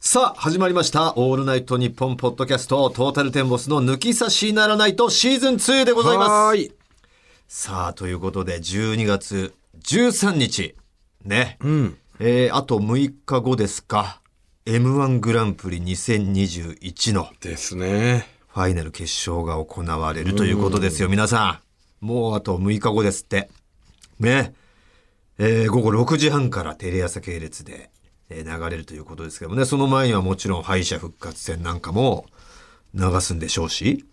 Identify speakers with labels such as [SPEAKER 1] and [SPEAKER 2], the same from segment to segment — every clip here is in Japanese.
[SPEAKER 1] さあ、始まりました。オールナイトニッポンポッドキャスト、トータルテンボスの抜き差しならないとシーズン2でございま
[SPEAKER 2] は
[SPEAKER 1] す。
[SPEAKER 2] ーい。
[SPEAKER 1] さあ、ということで、12月13日、ね。えーあと6日後ですか。M1 グランプリ2021の
[SPEAKER 2] ですね。
[SPEAKER 1] ファイナル決勝が行われるということですよ、皆さん。もうあと6日後ですって。ね。えー午後6時半からテレ朝系列で、えー流れるということですけどもね、その前にはもちろん敗者復活戦なんかも流すんでしょうし、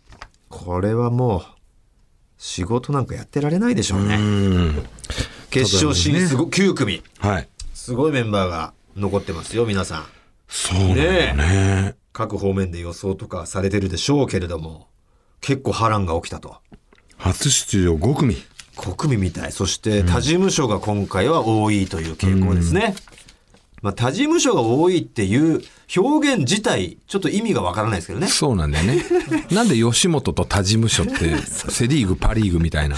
[SPEAKER 1] これはもう、仕事なんかやってられないでしょうね。決勝進出ご9組。
[SPEAKER 2] はい。
[SPEAKER 1] すごいメンバーが残ってますよ、皆さん。
[SPEAKER 2] そうなんだ
[SPEAKER 1] ねえ
[SPEAKER 2] ね。
[SPEAKER 1] 各方面で予想とかされてるでしょうけれども、結構波乱が起きたと。
[SPEAKER 2] 初出場5組。
[SPEAKER 1] 国民みたい。そして他事務所が今回は多いという傾向ですね。まあ、他事務所が多いっていう表現自体、ちょっと意味がわからないですけどね。
[SPEAKER 2] そうなんだよね。なんで吉本と他事務所って、セリーグ、パリーグみたいな。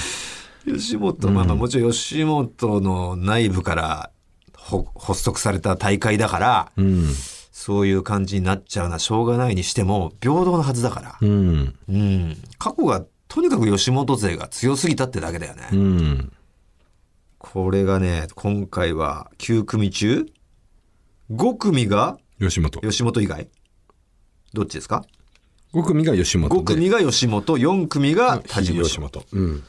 [SPEAKER 1] 吉本、まあまあもちろん吉本の内部からほ発足された大会だから、そういう感じになっちゃうのはしょうがないにしても、平等なはずだから。
[SPEAKER 2] うん。
[SPEAKER 1] うん。過去が、とにかく吉本勢が強すぎたってだけだよね。
[SPEAKER 2] うん。
[SPEAKER 1] これがね、今回は9組中、5組が
[SPEAKER 2] 吉本。
[SPEAKER 1] 吉本以外どっちですか
[SPEAKER 2] 5組が吉本で。
[SPEAKER 1] 5組が吉本、4組が他事務
[SPEAKER 2] 吉
[SPEAKER 1] 所。
[SPEAKER 2] 本。うん。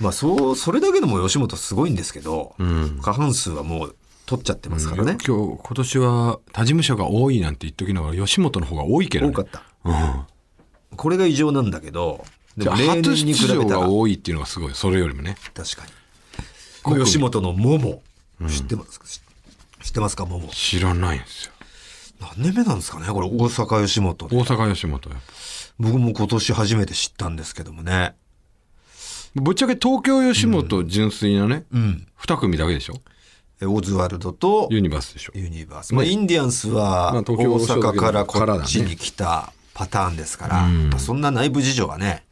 [SPEAKER 1] まあ、そう、それだけでも吉本すごいんですけど、過半数はもう取っちゃってますからね。
[SPEAKER 2] 今日、今年は他事務所が多いなんて言っときながら、吉本の方が多いけど
[SPEAKER 1] 多
[SPEAKER 2] ね
[SPEAKER 1] か。った。
[SPEAKER 2] うん。
[SPEAKER 1] これが異常なんだけど、で
[SPEAKER 2] じゃ
[SPEAKER 1] も
[SPEAKER 2] あ
[SPEAKER 1] 例
[SPEAKER 2] 初
[SPEAKER 1] 年に比
[SPEAKER 2] 出
[SPEAKER 1] べ
[SPEAKER 2] 場
[SPEAKER 1] たら
[SPEAKER 2] が、多いっていうのがすごい。それよりもね。
[SPEAKER 1] 確かに。吉本のモモ、知ってますか知ってますか、モモ。
[SPEAKER 2] 知らないんですよ。
[SPEAKER 1] 何年目なんですかねこれ、大阪吉本で
[SPEAKER 2] 大阪吉本やっぱ
[SPEAKER 1] 僕も今年初めて知ったんですけどもね。
[SPEAKER 2] ぶっちゃけ東京吉本純粋なね、二組だけでしょ
[SPEAKER 1] えオズワルドと
[SPEAKER 2] ユニバースでしょ
[SPEAKER 1] ユニバース。まあ、インディアンスは
[SPEAKER 2] ま
[SPEAKER 1] 大
[SPEAKER 2] あ東京大阪
[SPEAKER 1] 阪からこ
[SPEAKER 2] からだ
[SPEAKER 1] っ
[SPEAKER 2] ね
[SPEAKER 1] ちに来たパターンですから、やっぱそんな内部事情はね、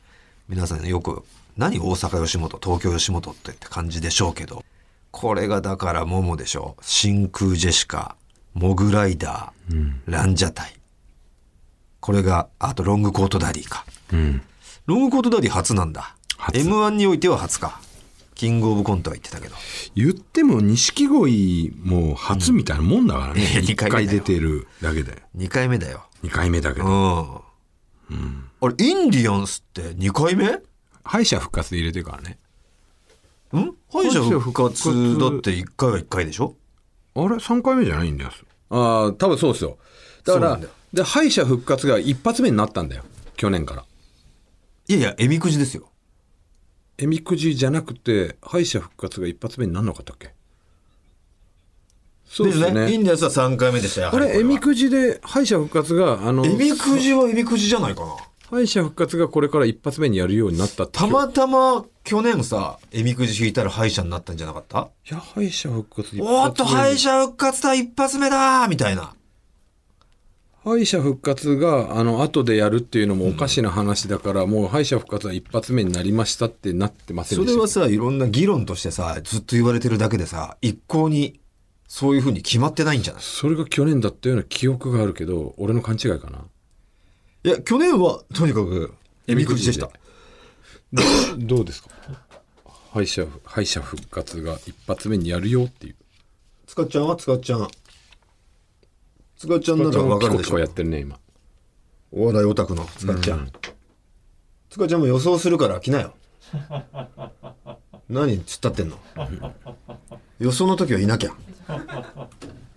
[SPEAKER 1] 皆さんよく、何大阪吉本、東京吉本ってって感じでしょうけど、これがだからモモでしょ。真空ジェシカ、モグライダー、ランジャタイ。これが、あとロングコートダディか。
[SPEAKER 2] うん。
[SPEAKER 1] ロングコートダディ初なんだ。
[SPEAKER 2] 初
[SPEAKER 1] M1 においては初か。キングオブコントは言ってたけど。
[SPEAKER 2] 言っても錦鯉も初みたいなもんだからね。
[SPEAKER 1] うん
[SPEAKER 2] 一、
[SPEAKER 1] 二回目だよ
[SPEAKER 2] 回出てるだけで。
[SPEAKER 1] 2回目だよ。
[SPEAKER 2] 二回目だけ
[SPEAKER 1] う
[SPEAKER 2] ど。
[SPEAKER 1] ん。あれ、インディアンスって2回目
[SPEAKER 2] 敗者復活で入れてるからね。
[SPEAKER 1] ん敗者復活
[SPEAKER 2] 敗者復活
[SPEAKER 1] だって1回は1回でしょ
[SPEAKER 2] あれ三回目じゃないんだよ。ああ、多分そうですよ。だから
[SPEAKER 1] そうなんだよ
[SPEAKER 2] で、敗者復活が一発目になったんだよ。去年から。
[SPEAKER 1] いやいや、えみくじですよ。
[SPEAKER 2] えみくじじゃなくて、敗者復活が一発目になんなかったっけそうですよ
[SPEAKER 1] イ
[SPEAKER 2] ね。
[SPEAKER 1] ンディアンスは3回目でしたよ。
[SPEAKER 2] あれ、えみ
[SPEAKER 1] じ
[SPEAKER 2] くじで、敗者復活が、あの、
[SPEAKER 1] えみくじはえみくじじゃないかな。
[SPEAKER 2] 敗者復活がこれから一発目にやるようになったって
[SPEAKER 1] たまたま去年さ、えみくじ引いたら敗者になったんじゃなかった
[SPEAKER 2] いや、敗者復活一発目に
[SPEAKER 1] おーっと、敗者復活だ一発目だーみたいな。
[SPEAKER 2] 敗者復活が、あの、後でやるっていうのもおかしな話だから、もう敗者復活は一発目になりましたってなってません
[SPEAKER 1] そ
[SPEAKER 2] でした。
[SPEAKER 1] れはさ、いろんな議論としてさ、ずっと言われてるだけでさ、一向にそういうふうに決まってないんじゃない
[SPEAKER 2] それが去年だったような記憶があるけど、俺の勘違いかな。
[SPEAKER 1] いや、去年はとにかくえみくじでした。
[SPEAKER 2] どどうですか敗者、敗者復活が一発目にやるよっていう。
[SPEAKER 1] つかちゃんはつかちゃん。つかちゃんな
[SPEAKER 2] ピ
[SPEAKER 1] らわ
[SPEAKER 2] コ
[SPEAKER 1] かるで
[SPEAKER 2] ピ
[SPEAKER 1] し
[SPEAKER 2] コ
[SPEAKER 1] ょ
[SPEAKER 2] や。ってるね、今。
[SPEAKER 1] お笑いオタクのつかちゃん。つかちゃんも予想するから来な よ。何突っ立ってんの予想の時はいなきゃ。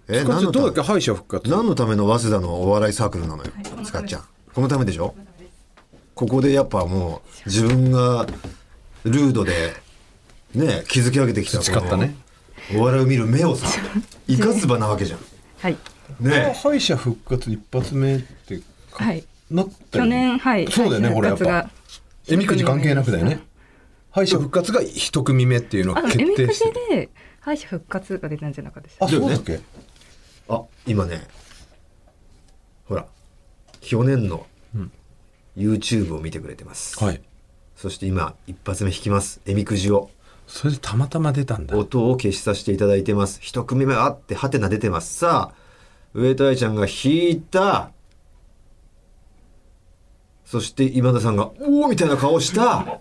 [SPEAKER 1] え、
[SPEAKER 2] こっ
[SPEAKER 1] 何の
[SPEAKER 2] ちどうだったけ敗者復活。
[SPEAKER 1] 何のための早稲田のお笑いサークルなのよ、つかちゃん。このためでしょここでやっぱもう自分がルードでね、築き上げてきたこの
[SPEAKER 2] 培ったね
[SPEAKER 1] お笑いを見る目を さ、生かす場なわけじゃん。
[SPEAKER 3] はい。
[SPEAKER 1] ね
[SPEAKER 2] 敗者復活一発目って
[SPEAKER 3] はい。
[SPEAKER 2] なった
[SPEAKER 3] 去
[SPEAKER 2] よね
[SPEAKER 3] 年、はい。
[SPEAKER 2] そうだよね、
[SPEAKER 3] 敗
[SPEAKER 2] これ
[SPEAKER 3] 者
[SPEAKER 2] やっ
[SPEAKER 3] 復活が
[SPEAKER 2] ぱ。えみくじ関係なくだよね。敗者復活が一組目っていうの
[SPEAKER 3] あ
[SPEAKER 2] が
[SPEAKER 3] の、えみ
[SPEAKER 2] 決
[SPEAKER 3] く
[SPEAKER 2] 定し
[SPEAKER 3] じ
[SPEAKER 2] てる。
[SPEAKER 3] で敗者復活が出たんじゃなかったです。
[SPEAKER 2] あ、
[SPEAKER 1] だ
[SPEAKER 2] そ
[SPEAKER 1] よね
[SPEAKER 2] うだっけ
[SPEAKER 1] あ、今ね、ほら、去年の YouTube を見てくれてます。
[SPEAKER 2] はい。
[SPEAKER 1] そして今、一発目引きます。えみくじを。
[SPEAKER 2] それでたまたま出たんだ。
[SPEAKER 1] 音を消しさせていただいてます。一組目あって、ハテナ出てます。さあ、上田愛ちゃんが引いたそして今田さんが「おお!」みたいな顔した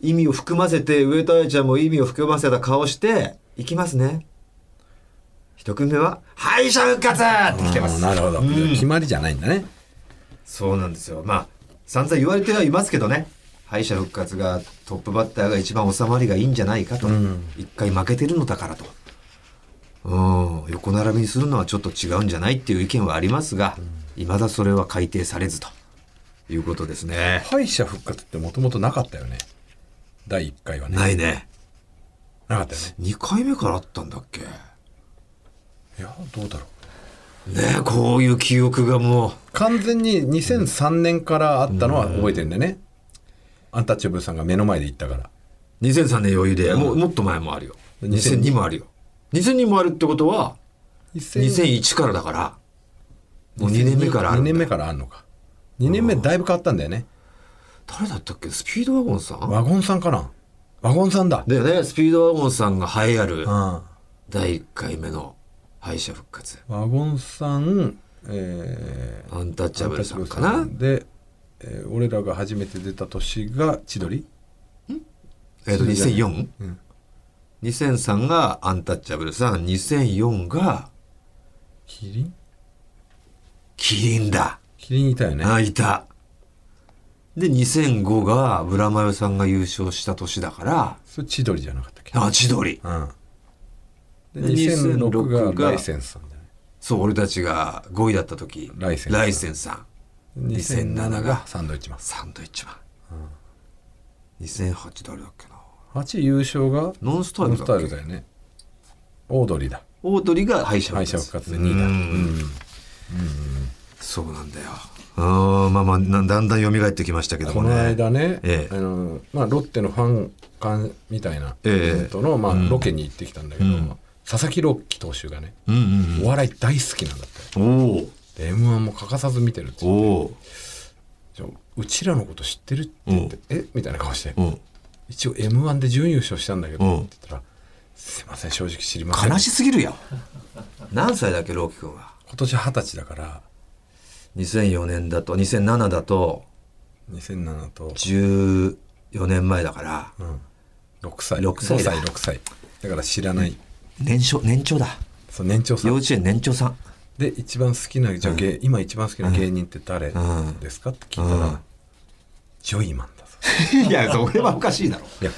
[SPEAKER 1] 意味を含ませて上田愛ちゃんも意味を含ませた顔して「いきますね」一組目は「敗者復活!」って来てます
[SPEAKER 2] なるほど、
[SPEAKER 1] うん
[SPEAKER 2] 決まりじゃないんだね
[SPEAKER 1] そうなんですよまあ散々言われてはいますけどね敗者復活がトップバッターが一番収まりがいいんじゃないかと一、回負けてるのだからと、うん、横並びにするのはちょっと違うんじゃないっていう意見はありますがいま、未だそれは改定されずということですね
[SPEAKER 2] 敗者復活ってもともとなかったよね第1回はね
[SPEAKER 1] ないね
[SPEAKER 2] なかったよね
[SPEAKER 1] 2回目からあったんだっけね
[SPEAKER 2] いやどうだろう
[SPEAKER 1] えこういう記憶がもう
[SPEAKER 2] 完全に2003年からあったのは覚えてるんだよね、アンタッチャブルさんが目の前で言ったから
[SPEAKER 1] 2003年余裕でもうもっと前もあるよ2002もあるよ2002もあるってことは2001からだからもう2年目からあるん
[SPEAKER 2] 2
[SPEAKER 1] だ
[SPEAKER 2] 年目からあんのか2年目だいぶ変わったんだよね
[SPEAKER 1] 誰だったっけスピードワゴンさん
[SPEAKER 2] ワゴンさんかなワゴンさんだ
[SPEAKER 1] だよねスピードワゴンさんが栄えある
[SPEAKER 2] うんワ
[SPEAKER 1] 第1回目の敗者復活
[SPEAKER 2] ゴンさんえー
[SPEAKER 1] アンタッチャブルさんか
[SPEAKER 2] ア
[SPEAKER 1] な
[SPEAKER 2] ンタッチャブルさんで、えー俺らが初めて出た年が千鳥
[SPEAKER 1] えっと 2004?2003
[SPEAKER 2] うん、
[SPEAKER 1] 2003がアンタッチャブルさん2004が
[SPEAKER 2] キリン
[SPEAKER 1] キリンだ
[SPEAKER 2] キリンいたよね
[SPEAKER 1] あいたで2005がブラマヨさんが優勝した年だから
[SPEAKER 2] それ千鳥じゃなかったっけ
[SPEAKER 1] あ千鳥
[SPEAKER 2] うん
[SPEAKER 1] で
[SPEAKER 2] で
[SPEAKER 1] 2006
[SPEAKER 2] 2006
[SPEAKER 1] が
[SPEAKER 2] がライセンスさんだよね
[SPEAKER 1] そう俺たちが5位だった時
[SPEAKER 2] ライセンス
[SPEAKER 1] ライセンさん2007
[SPEAKER 2] 2007
[SPEAKER 1] が
[SPEAKER 2] がサンドイッチマン
[SPEAKER 1] サンドイッチマン、2008誰だっけな
[SPEAKER 2] 8優勝が
[SPEAKER 1] ノンスタ
[SPEAKER 2] ノ
[SPEAKER 1] イ
[SPEAKER 2] ン
[SPEAKER 1] ル
[SPEAKER 2] ス
[SPEAKER 1] だ
[SPEAKER 2] タ
[SPEAKER 1] っ
[SPEAKER 2] イル
[SPEAKER 1] け
[SPEAKER 2] だよねオードリーだ
[SPEAKER 1] オードリーが敗者
[SPEAKER 2] 敗
[SPEAKER 1] 復活
[SPEAKER 2] 者復活で2位だ
[SPEAKER 1] う
[SPEAKER 2] うんん
[SPEAKER 1] そうなんだよあーまあまあなだんだん蘇ってきましたけども
[SPEAKER 2] こ
[SPEAKER 1] ね
[SPEAKER 2] の間ね、
[SPEAKER 1] ええ
[SPEAKER 2] あのまあ、ロッテのファン館みたいなイ
[SPEAKER 1] ええ
[SPEAKER 2] ベントの、まあロケに行ってきたんだけど、
[SPEAKER 1] うん
[SPEAKER 2] 佐々木朗希投手がね、
[SPEAKER 1] うん
[SPEAKER 2] お笑い大好きなんだって
[SPEAKER 1] うんうん
[SPEAKER 2] で m 1も欠かさず見てるって
[SPEAKER 1] おお
[SPEAKER 2] ちょうちらのこと知ってるって言って、えみたいな顔して、
[SPEAKER 1] おうん
[SPEAKER 2] 一応 m 1で準優勝したんだけど、
[SPEAKER 1] うん
[SPEAKER 2] って言ったらすいません正直知りません
[SPEAKER 1] 悲しすぎるよ何歳だっけ朗希君は
[SPEAKER 2] 今年二十歳だから
[SPEAKER 1] 2004年だと2007だと
[SPEAKER 2] 2007と、
[SPEAKER 1] 14年前だから
[SPEAKER 2] うん、6歳
[SPEAKER 1] 6歳
[SPEAKER 2] 5
[SPEAKER 1] だ
[SPEAKER 2] 歳6歳だから知らない、
[SPEAKER 1] 年少年長だ
[SPEAKER 2] そう年長さん
[SPEAKER 1] 幼稚園年長さん
[SPEAKER 2] で一番好きなじゃあ、芸今一番好きな芸人って誰
[SPEAKER 1] うん
[SPEAKER 2] ですかって聞いたら、
[SPEAKER 1] うん
[SPEAKER 2] ジョイマンだぞ
[SPEAKER 1] いやそれはおかしいだろ
[SPEAKER 2] いや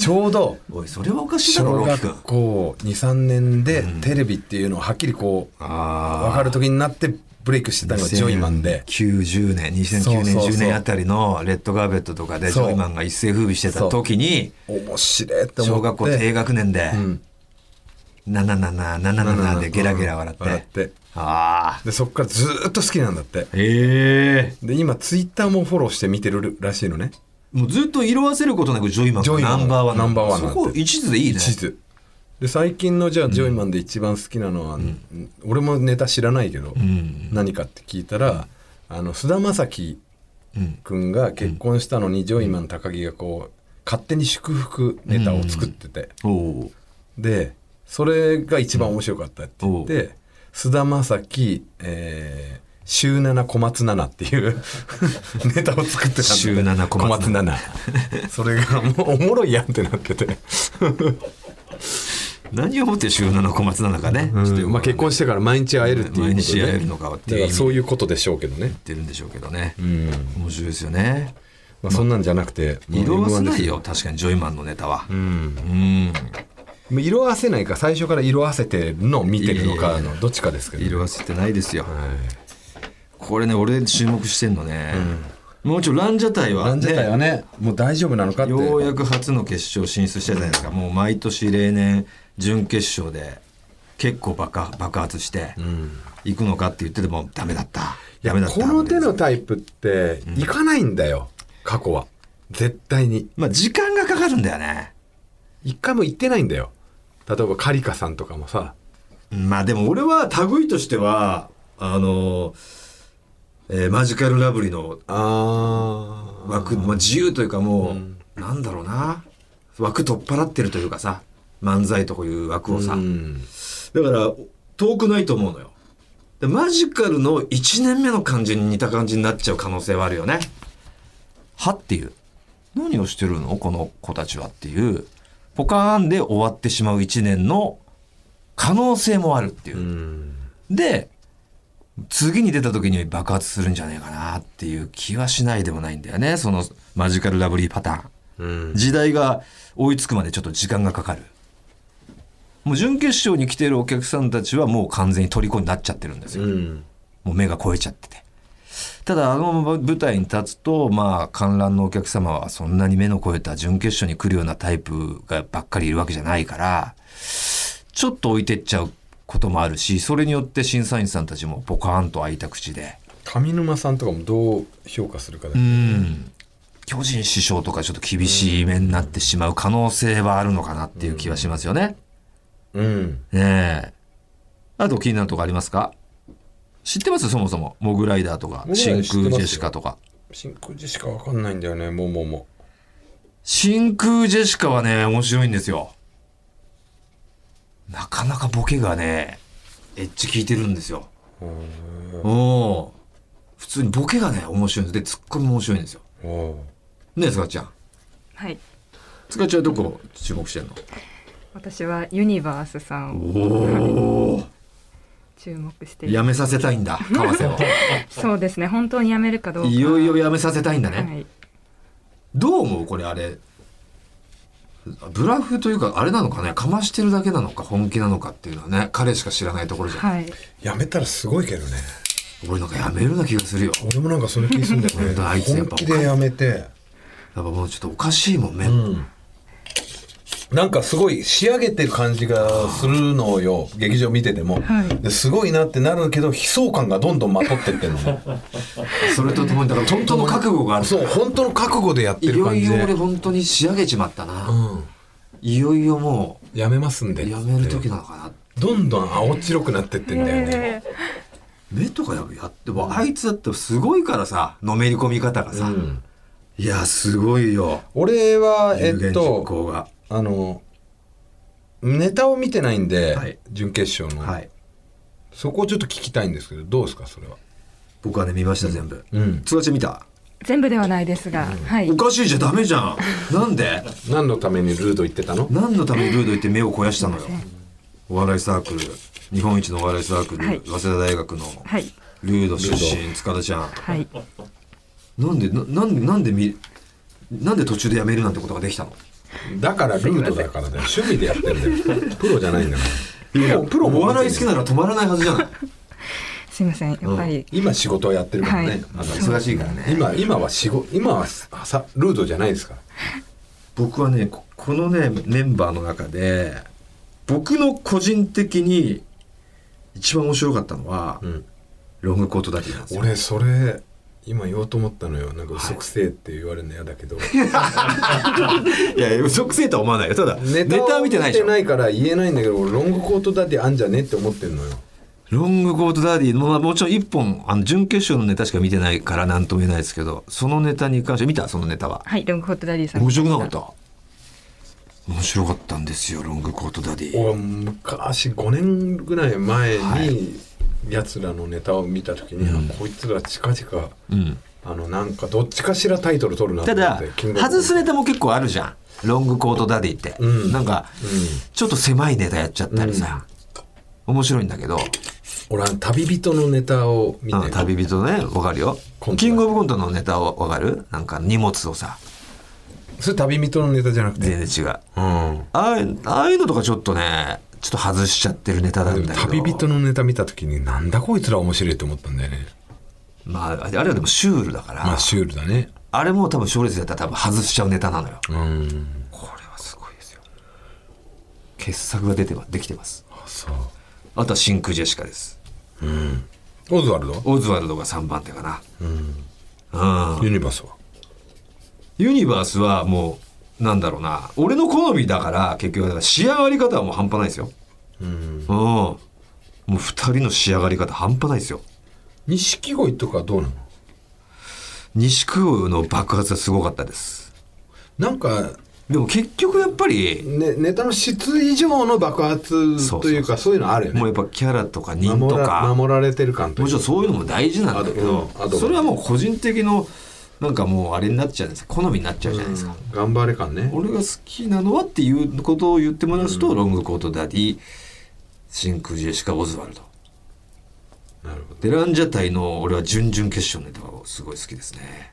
[SPEAKER 2] ちょ うど
[SPEAKER 1] おいそれはおかしいだろ
[SPEAKER 2] 小
[SPEAKER 1] 朗希君
[SPEAKER 2] 学校23年でテレビっていうのをはっきりこう
[SPEAKER 1] あ
[SPEAKER 2] 分かる時になってブレイクしてたのがジョイマンで
[SPEAKER 1] 90年2009年
[SPEAKER 2] そうそうそう
[SPEAKER 1] 10年あたりのレッドカーペットとかでジ
[SPEAKER 2] そう
[SPEAKER 1] ョイマンが一世風靡してた時に
[SPEAKER 2] 面白いって思って
[SPEAKER 1] 小学校低学年で
[SPEAKER 2] うん
[SPEAKER 1] 「なななななななな」でゲラゲラ笑っ
[SPEAKER 2] うん笑ってて
[SPEAKER 1] ああ
[SPEAKER 2] でそっからずーっと好きなんだって
[SPEAKER 1] ええ
[SPEAKER 2] で今ツイッターもフォローして見てるらしいのね
[SPEAKER 1] もうずっと色あせることなくジョイマン
[SPEAKER 2] ジョ
[SPEAKER 1] が
[SPEAKER 2] イマ
[SPEAKER 1] ナ
[SPEAKER 2] ン
[SPEAKER 1] ンバーワン
[SPEAKER 2] ナンバーワン
[SPEAKER 1] そ
[SPEAKER 2] なんて
[SPEAKER 1] こ一途でいいね
[SPEAKER 2] 地図で最近のじゃあジョイマンで一番好きなのは、俺もネタ知らないけど、
[SPEAKER 1] ん
[SPEAKER 2] 何かって聞いたらあの菅田将暉
[SPEAKER 1] うん
[SPEAKER 2] 君が結婚したのに、ジョイマン高木がこう勝手に祝福ネタを作ってて、
[SPEAKER 1] おお
[SPEAKER 2] でそれが一番面白かったって言って、
[SPEAKER 1] う
[SPEAKER 2] 菅田将暉、えー週7小松菜奈っていう ネタを作ってたんだ
[SPEAKER 1] 週7小松菜
[SPEAKER 2] 菜奈それがもうおもろいやんってなってて
[SPEAKER 1] 何をもって週7小松なのかねちょっとよくわかんない
[SPEAKER 2] まあ、結婚してから毎日会えるっていうことで
[SPEAKER 1] 毎日会えるのかっていう
[SPEAKER 2] だからそういうことでしょうけどね
[SPEAKER 1] 言、ってるんでしょうけどね
[SPEAKER 2] うん
[SPEAKER 1] 面白いですよね
[SPEAKER 2] まあ、そんなんじゃなくて、もう
[SPEAKER 1] 色あせ
[SPEAKER 2] M1
[SPEAKER 1] な
[SPEAKER 2] です
[SPEAKER 1] いよ確かにジョイマンのネタは
[SPEAKER 2] うん
[SPEAKER 1] うん
[SPEAKER 2] まあ色あせないか最初から色あせてるのを見てるの
[SPEAKER 1] いや
[SPEAKER 2] か
[SPEAKER 1] いやい
[SPEAKER 2] のどっちかですけど、
[SPEAKER 1] 色あせてないですよ
[SPEAKER 2] はい
[SPEAKER 1] これね俺注目してんのね、もうちょいランジャタイは,、ね
[SPEAKER 2] ランジャタイはねもう大丈夫なのかって
[SPEAKER 1] ようやく初の決勝進出してたじゃないですかもう毎年例年準決勝で結構爆発爆発して、行くのかって言っててもダメだった
[SPEAKER 2] い
[SPEAKER 1] ダ
[SPEAKER 2] や
[SPEAKER 1] メだった
[SPEAKER 2] この手
[SPEAKER 1] み
[SPEAKER 2] の
[SPEAKER 1] たいな
[SPEAKER 2] タイプっていかないんだよ、過去は絶対に
[SPEAKER 1] まあ時間がかかるんだよね
[SPEAKER 2] 一回も行ってないんだよ例えばカリカさんとかもさ
[SPEAKER 1] まあでも俺は類としてはあの、えーマジカルラブリーの
[SPEAKER 2] あ
[SPEAKER 1] 枠、まあ、自由というかもう、なんだろうな枠取っ払ってるというかさ漫才とかいう枠をさ、
[SPEAKER 2] うん
[SPEAKER 1] だから遠くないと思うのよでマジカルの1年目の感じに似た感じになっちゃう可能性はあるよね。はっていう。何をしてるのこの子たちはっていう。ポカーンで終わってしまう1年の可能性もあるっていう。で、次に出た時に爆発するんじゃないかなっていう気はしないでもないんだよね。そのマジカルラブリーパターン。
[SPEAKER 2] うん。
[SPEAKER 1] 時代が追いつくまでちょっと時間がかかるもう準決勝に来てるお客さんたちはもう完全に虜になっちゃってるんですよ、
[SPEAKER 2] うん。
[SPEAKER 1] もう目が超えちゃっててただあの舞台に立つとまあ観覧のお客様はそんなに目の超えた準決勝に来るようなタイプがばっかりいるわけじゃないからちょっと置いてっちゃうこともあるしそれによって審査員さんたちもポカーンと開いた口で
[SPEAKER 2] 上沼さんとかもどう評価するかだ
[SPEAKER 1] う
[SPEAKER 2] よね
[SPEAKER 1] ん巨人師匠とかちょっと厳しい目になってしまう可能性はあるのかなっていう気はしますよね。
[SPEAKER 2] うん。
[SPEAKER 1] ねえ。あと気になるとこありますか知ってますそもそも。モグライダーとか、
[SPEAKER 2] モグライ
[SPEAKER 1] 真
[SPEAKER 2] ダー知ってますよ
[SPEAKER 1] 空ジェシカとか。
[SPEAKER 2] 真空ジェシカわかんないんだよね、もうもうも
[SPEAKER 1] 真空ジェシカはね、面白いんですよ。なかなかボケがね、エッジ効いてるんですよ。
[SPEAKER 2] う。へ
[SPEAKER 1] おおー普通にボケがね、面白いんです。で、ツッコミも面白いんですよ。
[SPEAKER 2] ーお
[SPEAKER 1] ねえ、スカちゃん。
[SPEAKER 3] はい
[SPEAKER 1] スカちゃんはどこ注目してんの
[SPEAKER 3] 私はユニバースさん
[SPEAKER 1] お
[SPEAKER 3] を
[SPEAKER 1] お
[SPEAKER 3] 注目してい
[SPEAKER 1] やめさせたいんだ川瀬を
[SPEAKER 3] そうですね本当にやめるかどうか
[SPEAKER 1] いよいよやめさせたいんだね、
[SPEAKER 3] はい
[SPEAKER 1] どう思うこれあれブラフというかあれなのかねかましてるだけなのか本気なのかっていうのはね彼しか知らないところじゃん、
[SPEAKER 3] はい
[SPEAKER 2] ーやめたらすごいけどね。
[SPEAKER 1] 俺なんかやめるような気がするよ
[SPEAKER 2] 俺もなんかそれ気にすんだよ
[SPEAKER 1] 本
[SPEAKER 2] ね。
[SPEAKER 1] 当 あいつやっ
[SPEAKER 2] 本
[SPEAKER 1] ぱ
[SPEAKER 2] 気でやめて。
[SPEAKER 1] やっぱもうちょっとおかしいもんね、
[SPEAKER 2] うん。なんかすごい仕上げてる感じがするのよ劇場見てても、
[SPEAKER 3] はい
[SPEAKER 2] ですごいなってなるけど悲壮感がどんどんまとってってるの ね
[SPEAKER 1] それとともにだから本当の覚悟がある
[SPEAKER 2] そう本当の覚悟でやって
[SPEAKER 1] い
[SPEAKER 2] る
[SPEAKER 1] よ
[SPEAKER 2] 感
[SPEAKER 1] い
[SPEAKER 2] じ
[SPEAKER 1] よ
[SPEAKER 2] で
[SPEAKER 1] 俺本当に仕上げちまったな、
[SPEAKER 2] うん、
[SPEAKER 1] いよいよも
[SPEAKER 2] やめますんで
[SPEAKER 1] うやめる時なのかな
[SPEAKER 2] どんどん青白くなってってんだよね、
[SPEAKER 3] えー
[SPEAKER 1] 目とかやってもあいつだってすごいからさのめり込み方がさ、
[SPEAKER 2] うん
[SPEAKER 1] いやすごいよ
[SPEAKER 2] 俺はえ
[SPEAKER 1] 有
[SPEAKER 2] っ
[SPEAKER 1] 言実
[SPEAKER 2] と
[SPEAKER 1] 行が、
[SPEAKER 2] あのネタを見てないんで、
[SPEAKER 1] はい
[SPEAKER 2] 準決勝の、
[SPEAKER 1] はい
[SPEAKER 2] そこをちょっと聞きたいんですけどどうですかそれは
[SPEAKER 1] 僕はね見ました全部
[SPEAKER 2] うん
[SPEAKER 1] つがちゃん見た
[SPEAKER 3] 全部ではないですが、はい
[SPEAKER 1] おかしいじゃダメじゃんなんで
[SPEAKER 2] 何のためにルード言ってたの
[SPEAKER 1] 何のためにルード行って目を肥やしたのよお笑いサークル日本一のお笑いサークル、
[SPEAKER 3] はい
[SPEAKER 1] 早稲田大学の
[SPEAKER 3] はい
[SPEAKER 1] ルード出身塚田ちゃん
[SPEAKER 3] はい
[SPEAKER 1] なんでななんでなんでみなんで途中でやめるなんてことができたの
[SPEAKER 2] だからルートだからだよ趣味でやってんだよプロじゃないんだからプロプロ
[SPEAKER 1] お
[SPEAKER 2] も
[SPEAKER 1] 笑い好きなら止まらないはずじ ゃない
[SPEAKER 3] すいませんやっぱり、
[SPEAKER 2] 今仕事をやってるからね、
[SPEAKER 3] はい
[SPEAKER 2] まだ
[SPEAKER 1] 忙しいからね
[SPEAKER 2] 今今は仕事今はさルートじゃないですから
[SPEAKER 1] 僕はねここのねメンバーの中で僕の個人的に一番面白かったのは、
[SPEAKER 2] ん
[SPEAKER 1] ロングコートダディなんですよ
[SPEAKER 2] 俺それ今言おうと思ったのよなんか嘘くせえって言われるの嫌 だけど、
[SPEAKER 1] いや嘘くせえとは思わないよただネタは見てないでしょ
[SPEAKER 2] から言えないんだけど俺ロングコートダディあんじゃねえって思ってんのよ
[SPEAKER 1] ロングコートダディももちろん一本あの準決勝のネタしか見てないから何とも言えないですけどそのネタに関して見たそのネタは
[SPEAKER 3] はいロングホットダディさん
[SPEAKER 1] 面白くなかった面白かったんですよロングコートダディ
[SPEAKER 2] 俺昔5年ぐらい前
[SPEAKER 1] は
[SPEAKER 2] にやつらのネタを見た時に、あこいつら近々
[SPEAKER 1] うん
[SPEAKER 2] あのなんかどっちかしらタイトル取るなと
[SPEAKER 1] た
[SPEAKER 2] 思
[SPEAKER 1] だ
[SPEAKER 2] ってキングオブコント
[SPEAKER 1] 外すネタも結構あるじゃんロングコートダディって、
[SPEAKER 2] うん
[SPEAKER 1] なんか、ちょっと狭いネタやっちゃったりさ、面白いんだけど
[SPEAKER 2] 俺は旅人のネタを見て
[SPEAKER 1] あ旅人ねわかるよ
[SPEAKER 2] コントだ
[SPEAKER 1] キングオブコントのネタはわかるなんか荷物をさ
[SPEAKER 2] それ旅人のネタじゃなくて
[SPEAKER 1] 全然違う
[SPEAKER 2] うん
[SPEAKER 1] ああいうああいうのとかちょっとねちょっと外しちゃってるネタなん
[SPEAKER 2] で
[SPEAKER 1] だけ
[SPEAKER 2] も
[SPEAKER 1] ど
[SPEAKER 2] 旅人のネタ見た時になんだこいつら面白いと思ったんだよね
[SPEAKER 1] まああれはでもシュールだから、
[SPEAKER 2] まあシュールだね
[SPEAKER 1] あれも多分賞レースやったら多分外しちゃうネタなのよ
[SPEAKER 2] うん
[SPEAKER 1] これはすごいですよ傑作が出てはできてます
[SPEAKER 2] あそう
[SPEAKER 1] あとは真空ジェシカです
[SPEAKER 2] オズワルド
[SPEAKER 1] オズワルドが3番手かなうん、
[SPEAKER 2] ユニバースは
[SPEAKER 1] ユニバースはもうなんだろうな俺の好みだから結局だから仕上がり方はもう半端ないですよ
[SPEAKER 2] うん
[SPEAKER 1] うんもう2人の仕上がり方半端ないですよ
[SPEAKER 2] 錦鯉とかどうなの
[SPEAKER 1] 西空の爆発はすごかったです
[SPEAKER 2] なんか
[SPEAKER 1] でも結局やっぱり、
[SPEAKER 2] ね、ネタの質以上の爆
[SPEAKER 1] そう
[SPEAKER 2] 発というかそういうのあるよね
[SPEAKER 1] もうやっぱキャラとか人
[SPEAKER 2] 守
[SPEAKER 1] と
[SPEAKER 2] ら
[SPEAKER 1] か、
[SPEAKER 2] 守られてる感と
[SPEAKER 1] も
[SPEAKER 2] いう
[SPEAKER 1] ちろんそういうのも大事なんだけど
[SPEAKER 2] あとうんあ、と
[SPEAKER 1] それはもう個人的の、なんかもうあれになっちゃうんです好みになっちゃうじゃないですか。
[SPEAKER 2] うん頑張れ感ね
[SPEAKER 1] 俺が好きなのはっていうことを言ってもらうと、ロングコートダディ、真空ジェシカ・オズワルド。
[SPEAKER 2] なるほど
[SPEAKER 1] で、ランジャタイの俺は準々決勝のネタがすごい好きですね。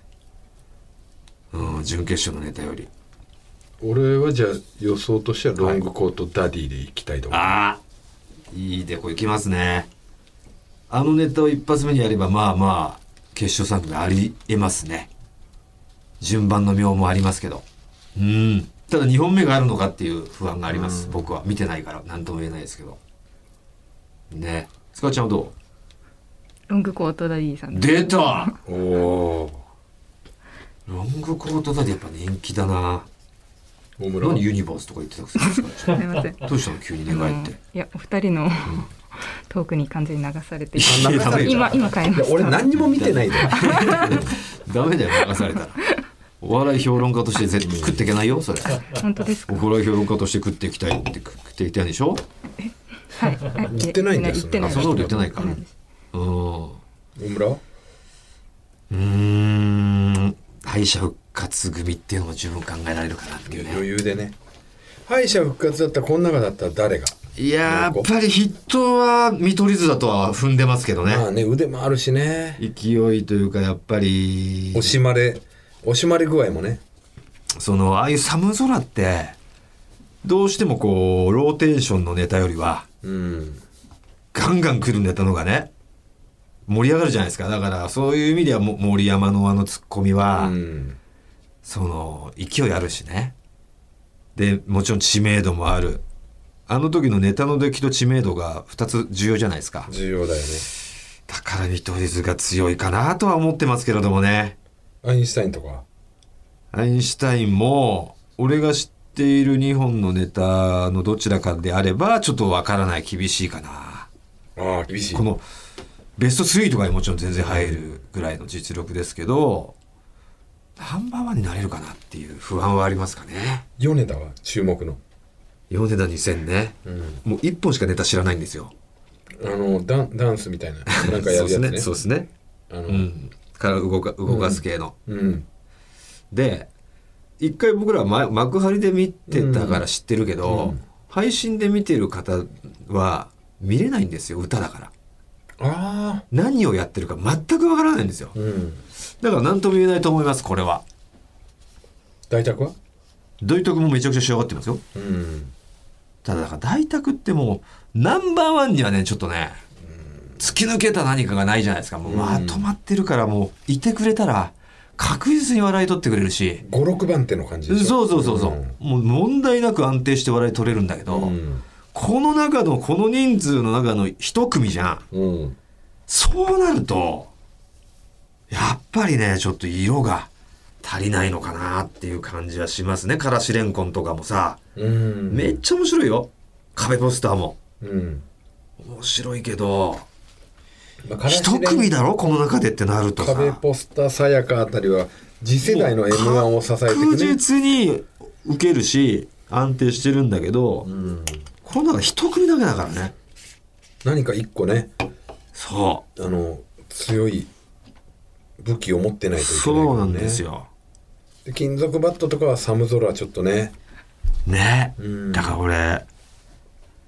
[SPEAKER 1] うん、準決勝のネタより。
[SPEAKER 2] 俺はじゃあ予想としてはロングコートダディでいきたいと思う、
[SPEAKER 1] ああ、いいでこいきますね。あのネタを一発目にやれば、まあまあ、決勝3組ありえますね。順番の妙もありますけど。うん。ただ2本目があるのかっていう不安があります。僕は見てないから、何とも言えないですけど。ね。スカちゃんはど
[SPEAKER 3] ロングコートダディさん
[SPEAKER 1] う
[SPEAKER 3] で
[SPEAKER 1] 出た
[SPEAKER 2] お
[SPEAKER 1] ロングコートだってやっぱ人気だな。
[SPEAKER 2] お大村
[SPEAKER 1] 何ユニバースとか言ってたくせにスカち
[SPEAKER 3] す
[SPEAKER 1] ゃ
[SPEAKER 3] みません
[SPEAKER 1] ん。どうしたの急に
[SPEAKER 3] あの
[SPEAKER 1] 願いって。
[SPEAKER 3] いやお二人のトークに完全に流されて
[SPEAKER 1] いやダメよ
[SPEAKER 3] 今今変えま
[SPEAKER 2] いや俺
[SPEAKER 3] した
[SPEAKER 2] 何にも見てないで
[SPEAKER 1] ダメだよ、流されたら。お笑い評論家として絶対食っていけないよ、それ。
[SPEAKER 3] 本当です
[SPEAKER 1] お
[SPEAKER 3] か
[SPEAKER 1] 笑い評論家として食っていきたいって食っていきたいんでしょ
[SPEAKER 3] はいあ
[SPEAKER 2] 言ってないんだよ
[SPEAKER 3] 言ってない
[SPEAKER 1] あそんなこと言ってないか
[SPEAKER 3] 言ってです
[SPEAKER 1] うん。う
[SPEAKER 2] 大村は
[SPEAKER 1] ーん。敗者復活組っていうのも十分考えられるかなっていう
[SPEAKER 2] 余
[SPEAKER 1] ね。
[SPEAKER 2] 裕でね敗者復活だったらこの中だったら誰が
[SPEAKER 1] いやーやっぱり筆頭は見取り図だとは踏んでますけどね。
[SPEAKER 2] まあね腕もあるしね
[SPEAKER 1] 勢いというか、やっぱり、
[SPEAKER 2] 惜しまれ惜しまれ具合もね
[SPEAKER 1] その、ああいう寒空って、どうしてもこう、ローテーションのネタよりは、
[SPEAKER 2] うん
[SPEAKER 1] ガンガン来るネタのがね、盛り上がるじゃないですか。だから、そういう意味ではも、森山のあのツッコミ
[SPEAKER 2] う
[SPEAKER 1] は、
[SPEAKER 2] ん
[SPEAKER 1] その、勢いあるしね。で、もちろん知名度もある。あの時のネタの出来と知名度が2つ重要じゃないですか。
[SPEAKER 2] 重要だよね
[SPEAKER 1] だから見取り図が強いかなとは思ってますけれどもね。
[SPEAKER 2] アインシュタインとか
[SPEAKER 1] アインシュタインも、俺が知っている2本のネタのどちらかであれば、ちょっとわからない、厳しいかな。
[SPEAKER 2] ああ厳しい
[SPEAKER 1] このベスト3とかにもちろん全然入るぐらいの実力ですけど、ナンバーワンになれるかなっていう不安はありますかね。
[SPEAKER 2] 米田は注目の
[SPEAKER 1] 米田2000ね。もう1本しかネタ知らないんですよ。
[SPEAKER 2] あのダンダンスみたいななんかやるやつね
[SPEAKER 1] そうですね。
[SPEAKER 2] あの
[SPEAKER 1] そうですね。うん。から動か動かす系の。
[SPEAKER 2] うん
[SPEAKER 1] で、一回僕らはま幕張で見てたから知ってるけど、配信で見てる方は見れないんですよ、歌だから。
[SPEAKER 2] ああ
[SPEAKER 1] 何をやってるか全くわからないんですよ。
[SPEAKER 2] うん
[SPEAKER 1] だから何とも言えないと思います、これは。
[SPEAKER 2] 大宅は
[SPEAKER 1] 大徳もめちゃくちゃ仕上がってますよ。
[SPEAKER 2] うん
[SPEAKER 1] ただ、だから大徳ってもう、ナンバーワンにはね、ちょっとね、突き抜けた何かがないじゃないですか。もう、
[SPEAKER 2] うん
[SPEAKER 1] わー止まってるから、もう、いてくれたら、確実に笑い取ってくれるし、
[SPEAKER 2] 56番手の感じでし
[SPEAKER 1] そ
[SPEAKER 2] ょ
[SPEAKER 1] うそうそうそう、もう問題なく安定して笑い取れるんだけど、
[SPEAKER 2] うん
[SPEAKER 1] この中の、この人数の中の一組じゃん。
[SPEAKER 2] うん、うん
[SPEAKER 1] そうなると、やっぱりね、ちょっと色が足りないのかなっていう感じはしますね。からしれんこんとかもさ、
[SPEAKER 2] うん
[SPEAKER 1] めっちゃ面白いよ。壁ポスターも。
[SPEAKER 2] うん
[SPEAKER 1] 面白いけど、
[SPEAKER 2] まあ
[SPEAKER 1] 一組だろこの中でってなるとさ。
[SPEAKER 2] 壁ポスターさやかあたりは次世代の m 1を支えて
[SPEAKER 1] 確
[SPEAKER 2] くれる、
[SPEAKER 1] 実に受けるし、安定してるんだけど、
[SPEAKER 2] うん、
[SPEAKER 1] この中一組だけだからね。
[SPEAKER 2] 何か一個ね
[SPEAKER 1] そ
[SPEAKER 2] あの強い武器を持ってな
[SPEAKER 1] う。
[SPEAKER 2] いといけないからね、
[SPEAKER 1] そうなんですよ。
[SPEAKER 2] で金属バットとかは寒空はちょっとね
[SPEAKER 1] ね
[SPEAKER 2] うん。
[SPEAKER 1] だから俺、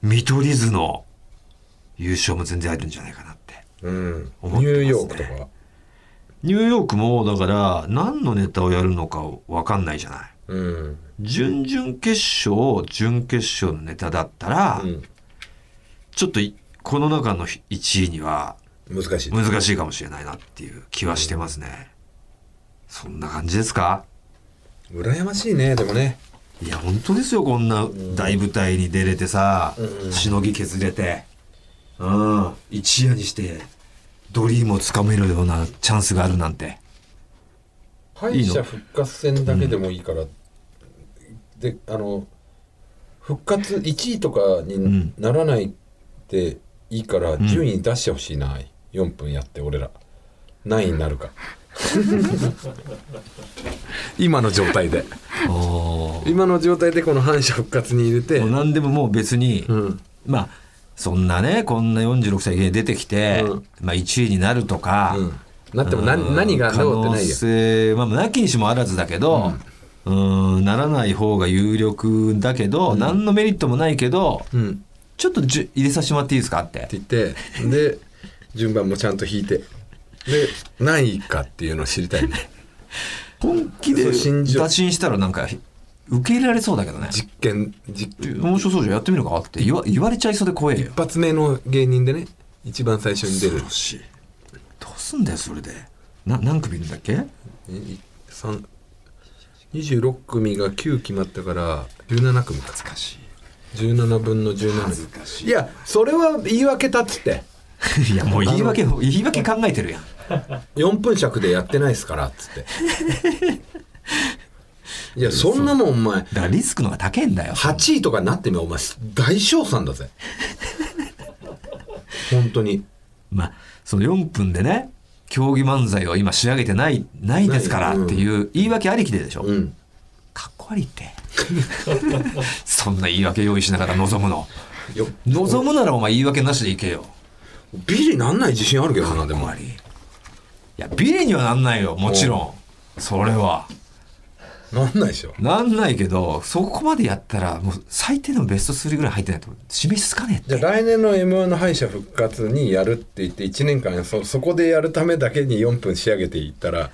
[SPEAKER 1] 見取り図の優勝も全然あるんじゃないかなって。
[SPEAKER 2] うん、ニ
[SPEAKER 1] 思ってますね
[SPEAKER 2] ューヨークとか
[SPEAKER 1] ニューヨークも、だから、何のネタをやるのかわかんないじゃない。
[SPEAKER 2] うん、
[SPEAKER 1] 準々決勝、準決勝のネタだったら、
[SPEAKER 2] う
[SPEAKER 1] ちょっといこの中の1位には
[SPEAKER 2] ん、難しい
[SPEAKER 1] 難しいかもしれないなっていう気はしてますね。そんな感じですか
[SPEAKER 2] 羨ましいねでもね
[SPEAKER 1] いや、本当ですよ。こんな大舞台に出れてさ、
[SPEAKER 2] うん
[SPEAKER 1] しのぎ削れて、うん、一夜にして、ドリームをつかめるようなチャンスがあるなんて。
[SPEAKER 2] 敗者復活戦だけでもいいから、であの復活1位とかに
[SPEAKER 1] ん
[SPEAKER 2] ならないでいいから
[SPEAKER 1] ん
[SPEAKER 2] 順位出してほしいな、4分やって俺ら何位になるか、今の状態で
[SPEAKER 1] おー
[SPEAKER 2] 今の状態でこの反射復活に入れて
[SPEAKER 1] もう何でももう別に、
[SPEAKER 2] ん
[SPEAKER 1] まあそんなねこんな46歳で出てきて、
[SPEAKER 2] うん
[SPEAKER 1] まあ、1位になるとか、
[SPEAKER 2] うんなってもな
[SPEAKER 1] うん
[SPEAKER 2] 何がどうってない
[SPEAKER 1] 可能
[SPEAKER 2] よ
[SPEAKER 1] 性はまあなきにしもあらずだけど、うん、ならない方が有力だけど、何のメリットもないけど、
[SPEAKER 2] うんって
[SPEAKER 1] ちょっとじゅ入れさせてもらっていいですかって。
[SPEAKER 2] 言ってで順番もちゃんと引いてで何位かっていうのを知りたいね
[SPEAKER 1] 本気で
[SPEAKER 2] そう信じよう
[SPEAKER 1] 打診したらなんか受け入れられそうだけどね。
[SPEAKER 2] 実験実験
[SPEAKER 1] 面白そうじゃんやってみるかって言わ言われちゃいそうで怖えよ
[SPEAKER 2] 一。発目の芸人でね一番最初に出る
[SPEAKER 1] 恐ろしいどうすんだよそれで。な何組いるんだっけ
[SPEAKER 2] 三26組が9決まったから17組か
[SPEAKER 1] 難し
[SPEAKER 2] 17分の17
[SPEAKER 1] 恥ずかしい
[SPEAKER 2] いやそれは言い訳だっつって
[SPEAKER 1] い。いやもう言い訳言い訳考えてるやん。
[SPEAKER 2] 4分尺でやってないですからっ つっていやそんなもんお前
[SPEAKER 1] だからリスクの方が高えんだよ。
[SPEAKER 2] 8位とかになってみようお前大賞賛だ ぜ本当に
[SPEAKER 1] まあ、その4分でね、競技漫才を今仕上げてない、ないですからっていう言い訳ありきででしょ。
[SPEAKER 2] うん
[SPEAKER 1] かっこ悪いって。 そんな言い訳用意しながら望むの。
[SPEAKER 2] よ
[SPEAKER 1] 望むならお前言い訳なしでいけよ。
[SPEAKER 2] ビリなんない自信あるけどなで
[SPEAKER 1] で
[SPEAKER 2] も
[SPEAKER 1] もあり。いや、ビリにはなんないよ、もちろん。それは。
[SPEAKER 2] なんないでしょ
[SPEAKER 1] なんないけど、そこまでやったら、もう最低でもベスト3ぐらい入ってないと、示しつかねえ
[SPEAKER 2] じゃ
[SPEAKER 1] っ
[SPEAKER 2] あ
[SPEAKER 1] て。
[SPEAKER 2] 来年の m 1の敗者復活にやるって言って1年間そそこでやるためだけに4分仕上げていったら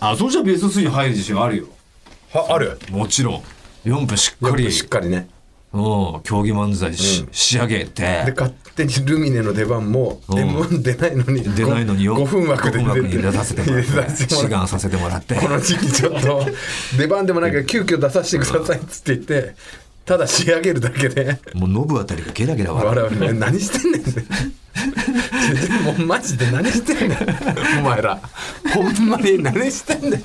[SPEAKER 1] あ、それじゃベスト3入る自信あるよ。
[SPEAKER 2] はある
[SPEAKER 1] もちろん。4分しっ
[SPEAKER 2] 4
[SPEAKER 1] かり、う
[SPEAKER 2] 分
[SPEAKER 1] ん、
[SPEAKER 2] しっかりね
[SPEAKER 1] 競技漫才し、
[SPEAKER 2] うん
[SPEAKER 1] 仕上げて。
[SPEAKER 2] で勝手にルミネの出番も
[SPEAKER 1] うん
[SPEAKER 2] m 1出ないのに
[SPEAKER 1] 出ないのによ
[SPEAKER 2] 5分枠で
[SPEAKER 1] 五分枠に入れさせてもらっ
[SPEAKER 2] 入れさせ
[SPEAKER 1] て
[SPEAKER 2] ても
[SPEAKER 1] 志
[SPEAKER 2] らっ
[SPEAKER 1] 願させてもらって
[SPEAKER 2] てこの時期ちょっと出番でもないから急遽出させてくださいっつって言ってただ仕上げるだけで
[SPEAKER 1] もうノブあたりがゲラゲラ笑
[SPEAKER 2] 笑うね何してんねんってもうマジで何してんねんお前らほんまに何してんねん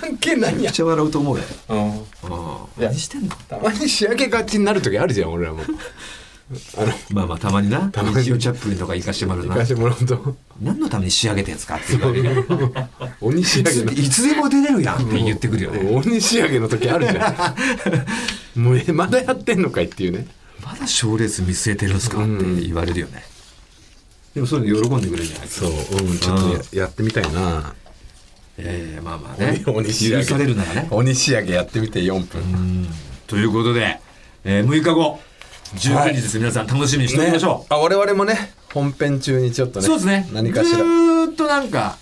[SPEAKER 2] 関係ないう
[SPEAKER 1] め
[SPEAKER 2] や
[SPEAKER 1] っちゃ笑うと思うよ、
[SPEAKER 2] う
[SPEAKER 1] う
[SPEAKER 2] ん
[SPEAKER 1] ん、
[SPEAKER 2] いや
[SPEAKER 1] 何してんの
[SPEAKER 2] たまに仕上げがちになる時あるじゃん俺らも
[SPEAKER 1] まあまあたまにな
[SPEAKER 2] たまに
[SPEAKER 1] 日曜チャップリンとか行かしてもらう
[SPEAKER 2] 行
[SPEAKER 1] な
[SPEAKER 2] かしてもらうと
[SPEAKER 1] 何のために仕上げてんすかっていうから
[SPEAKER 2] 鬼仕上げの
[SPEAKER 1] いつでも出れるやんって言ってくるよね
[SPEAKER 2] 鬼仕上げの時あるじゃ んもうえまだやってんのかいっていうね
[SPEAKER 1] まだ賞レース見据えてるんですかって言われるよねでもそういうの喜んでくれるじゃないですか
[SPEAKER 2] そううんちょっとややってみたいな
[SPEAKER 1] ええまあまあね
[SPEAKER 2] 鬼仕上
[SPEAKER 1] 許
[SPEAKER 2] げ
[SPEAKER 1] されるならね
[SPEAKER 2] 鬼仕上げやってみて4分
[SPEAKER 1] ということで、えー、6日後19日です、皆さん楽しみにしておきましょう、
[SPEAKER 2] ねあ我々もね本編中にちょっとね
[SPEAKER 1] そうですね。
[SPEAKER 2] 何かし
[SPEAKER 1] ず
[SPEAKER 2] ら
[SPEAKER 1] ーっとなんか、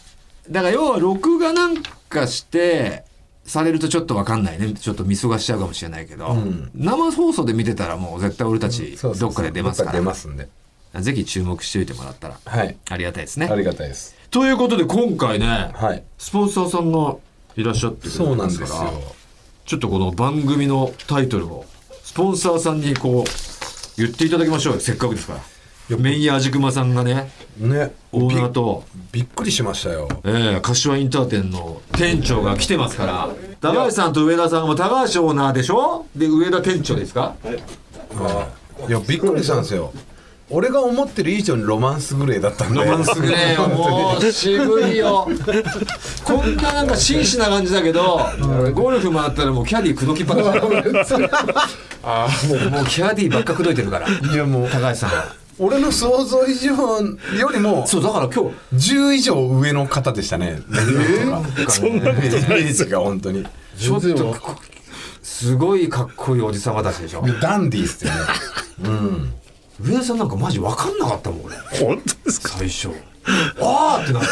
[SPEAKER 1] だから要は録画なんかして、されるとちょっとわかんないね。ちょっと見過ごしちゃうかもしれないけど、
[SPEAKER 2] ん
[SPEAKER 1] 生放送で見てたらもう絶対俺たち
[SPEAKER 2] そうそうそう
[SPEAKER 1] どっかで出ますか
[SPEAKER 2] どっ
[SPEAKER 1] ら、
[SPEAKER 2] 出ますんで
[SPEAKER 1] ぜひ注目しておいてもらったら
[SPEAKER 2] はい
[SPEAKER 1] ありがたいです
[SPEAKER 2] あり
[SPEAKER 1] ね。
[SPEAKER 2] がたいです
[SPEAKER 1] ということで今回ね、
[SPEAKER 2] はい
[SPEAKER 1] スポンサーさんがいらっしゃってくれて
[SPEAKER 2] そうなん
[SPEAKER 1] ま
[SPEAKER 2] です
[SPEAKER 1] か
[SPEAKER 2] す
[SPEAKER 1] ら
[SPEAKER 2] よ
[SPEAKER 1] ちょっとこの番組のタイトルをスポンサーさんにこう言っていただきましょうよ。せっかくですから。メイヤージクマさんがね、
[SPEAKER 2] ね
[SPEAKER 1] オーナーと、
[SPEAKER 2] びびっくりしましたよ
[SPEAKER 1] ええ柏インター店の店長が来てますから高橋さんと上田さんも高橋オーナーでしょで上田店長ですか
[SPEAKER 2] いやびっくりしたんですよ俺が思ってる以上にロマンスグレーだったんで
[SPEAKER 1] ロマンスグレーよもう渋いよこんななんか紳士な感じだけどゴルフ回ったらもうキャディ口説きっぱなしだ からもうキャディばっか口説いてるから
[SPEAKER 2] いやもう
[SPEAKER 1] 高橋さんは
[SPEAKER 2] 俺の想像以上よりも
[SPEAKER 1] そうだから今日
[SPEAKER 2] 10以上上の方でしたね。そんなが本当に。
[SPEAKER 1] ちょっとすごいかっこいいおじさまたちでしょ
[SPEAKER 2] ダンディーっすよね。
[SPEAKER 1] 上田さんなんかマジ分かんなかったもん俺
[SPEAKER 4] 本当ですか
[SPEAKER 1] 最初ああってなって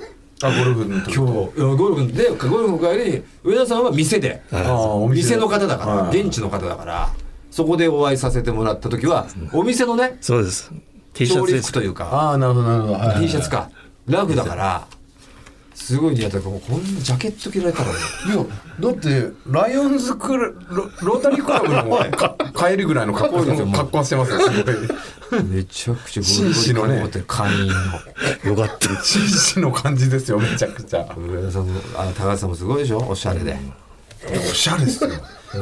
[SPEAKER 2] あ、ゴルフの時。
[SPEAKER 1] 今日いやゴルフでゴルフの帰りに上田さんは店で
[SPEAKER 2] ああお
[SPEAKER 1] 店の方だから
[SPEAKER 2] はい
[SPEAKER 1] 現地の方だからそこでお会いさせてもらった時はお店のね
[SPEAKER 4] そうです。T シャ
[SPEAKER 1] 調理
[SPEAKER 4] ツで
[SPEAKER 1] 服
[SPEAKER 4] す。
[SPEAKER 1] というか
[SPEAKER 2] ああ、なるほど、なるほど。はい
[SPEAKER 1] T シャツかラフだからすごい似合ってるもうこんなジャケット着られたらね
[SPEAKER 2] いや、だって、ライオンズクラロロータリークラブのか帰るぐらいの格好
[SPEAKER 1] かっこいいですよもう
[SPEAKER 2] 格好してますよ、すごい。
[SPEAKER 1] めちゃくちゃ
[SPEAKER 2] 紳士のね
[SPEAKER 1] ゴリゴリ感持ってる会員の
[SPEAKER 4] よかった。
[SPEAKER 2] 紳士の感じですよ、めちゃくちゃ。
[SPEAKER 1] 上田さんもあの高橋さんもすごいでしょおしゃれで
[SPEAKER 2] おしゃれですよ。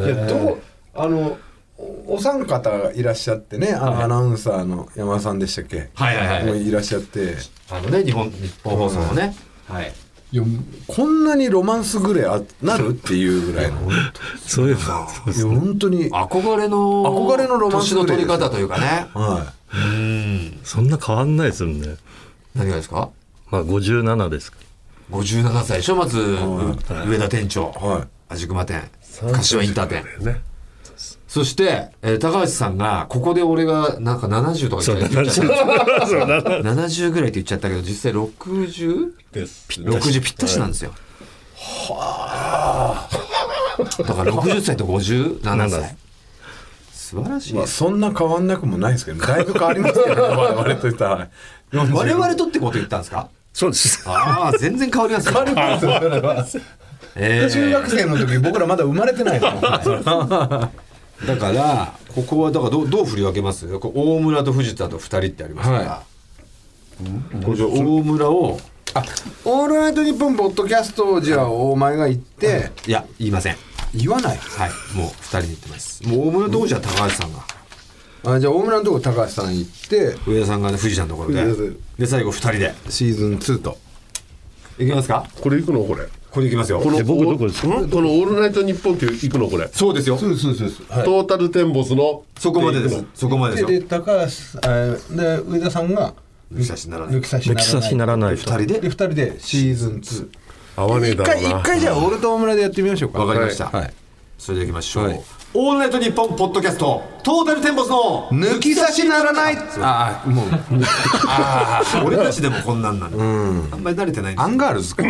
[SPEAKER 2] いやどうあのおお三方がいらっしゃってね、あのアナウンサーの山田さんでしたっけ？
[SPEAKER 1] はいはいはい
[SPEAKER 2] もういらっしゃって、
[SPEAKER 1] あのね日本日本放送のねはい
[SPEAKER 2] いやこんなにロマンスぐらいあなるっていうぐらいの
[SPEAKER 4] そういえば、そうで
[SPEAKER 2] いや
[SPEAKER 4] すね。
[SPEAKER 2] 本当に
[SPEAKER 1] 憧れの
[SPEAKER 2] 憧れのロマンス
[SPEAKER 1] 年の取り方というかね
[SPEAKER 2] は
[SPEAKER 1] うん
[SPEAKER 4] そんな変わんないですもんね。
[SPEAKER 1] 何がですか
[SPEAKER 4] まあ、57ですか
[SPEAKER 1] 57歳でしょまず、
[SPEAKER 4] い
[SPEAKER 1] 上田店長、
[SPEAKER 2] いはい
[SPEAKER 1] 味熊店
[SPEAKER 4] ら。
[SPEAKER 1] 柏インター店
[SPEAKER 4] そうだよね。
[SPEAKER 1] そして、えー高橋さんがここで俺がなんか70とか
[SPEAKER 4] そう、
[SPEAKER 1] 言っちゃっ
[SPEAKER 4] 70。
[SPEAKER 1] た
[SPEAKER 4] そう、70
[SPEAKER 1] 70ぐらいって言っちゃったけど実際 60?60
[SPEAKER 4] です。
[SPEAKER 1] ぴったしなんですよ。はあ。だから60歳と57歳。素晴らしい
[SPEAKER 2] まあ、
[SPEAKER 1] です。
[SPEAKER 2] そんな変わんなくもないですけどだいぶ変わります けどね我々といったら45
[SPEAKER 1] 我々とってこと言ったんですか
[SPEAKER 4] そうです。
[SPEAKER 1] ああ、全然変わりますよ。
[SPEAKER 2] それは
[SPEAKER 1] えー
[SPEAKER 2] 中学生の時僕らまだ生まれてないですもんね
[SPEAKER 1] だから、ここはだからどうどう振り分けますこれ大村と藤田と2人ってありますから。
[SPEAKER 2] は
[SPEAKER 1] これじゃあ大村を、
[SPEAKER 2] あオールナイトニッポン」ポッドキャストをじゃあお前が言って
[SPEAKER 1] いや、言いません。
[SPEAKER 2] 言わない
[SPEAKER 1] はい、もう2人で言ってます。もう大村とじゃあ高橋さんが。
[SPEAKER 2] あじゃあ大村のとこ高橋さん行って
[SPEAKER 1] 上田さんがね富士山のところで
[SPEAKER 2] 藤田さん
[SPEAKER 1] で最後2人で
[SPEAKER 2] シーズン2と
[SPEAKER 1] いきますか
[SPEAKER 5] これ行くのこれ
[SPEAKER 1] これいきますよ
[SPEAKER 5] この
[SPEAKER 4] え僕どこですか
[SPEAKER 5] んこの「オールナイトニッポン」って行くのこれ
[SPEAKER 1] そうですよ
[SPEAKER 2] そうですそうですそうですはい
[SPEAKER 5] トータルテンボスの
[SPEAKER 1] そこまでで
[SPEAKER 5] 行
[SPEAKER 1] す
[SPEAKER 5] くの
[SPEAKER 1] そこまでです
[SPEAKER 2] で
[SPEAKER 1] よ
[SPEAKER 2] で高橋さんえーで上田さんが
[SPEAKER 1] 抜き差しならない
[SPEAKER 2] 抜き差し
[SPEAKER 4] 抜き差しならない
[SPEAKER 1] 2
[SPEAKER 4] と。
[SPEAKER 1] 人
[SPEAKER 2] で
[SPEAKER 1] で
[SPEAKER 2] 2人でシーズン2
[SPEAKER 5] 合わねえ
[SPEAKER 2] 一
[SPEAKER 5] だろ
[SPEAKER 2] 回
[SPEAKER 5] うな
[SPEAKER 2] 一回じゃあ俺と大村でやってみましょうか
[SPEAKER 1] わかりました、
[SPEAKER 2] はい
[SPEAKER 1] それでいきましょう、
[SPEAKER 2] はい
[SPEAKER 1] オールナイトニッポンポッドキャストトータルテンボスの
[SPEAKER 2] 抜き差しならないああもう
[SPEAKER 1] ああ俺たちでもこんなんなんであんまり慣れてないんで
[SPEAKER 2] ア
[SPEAKER 1] す
[SPEAKER 2] ンガールズか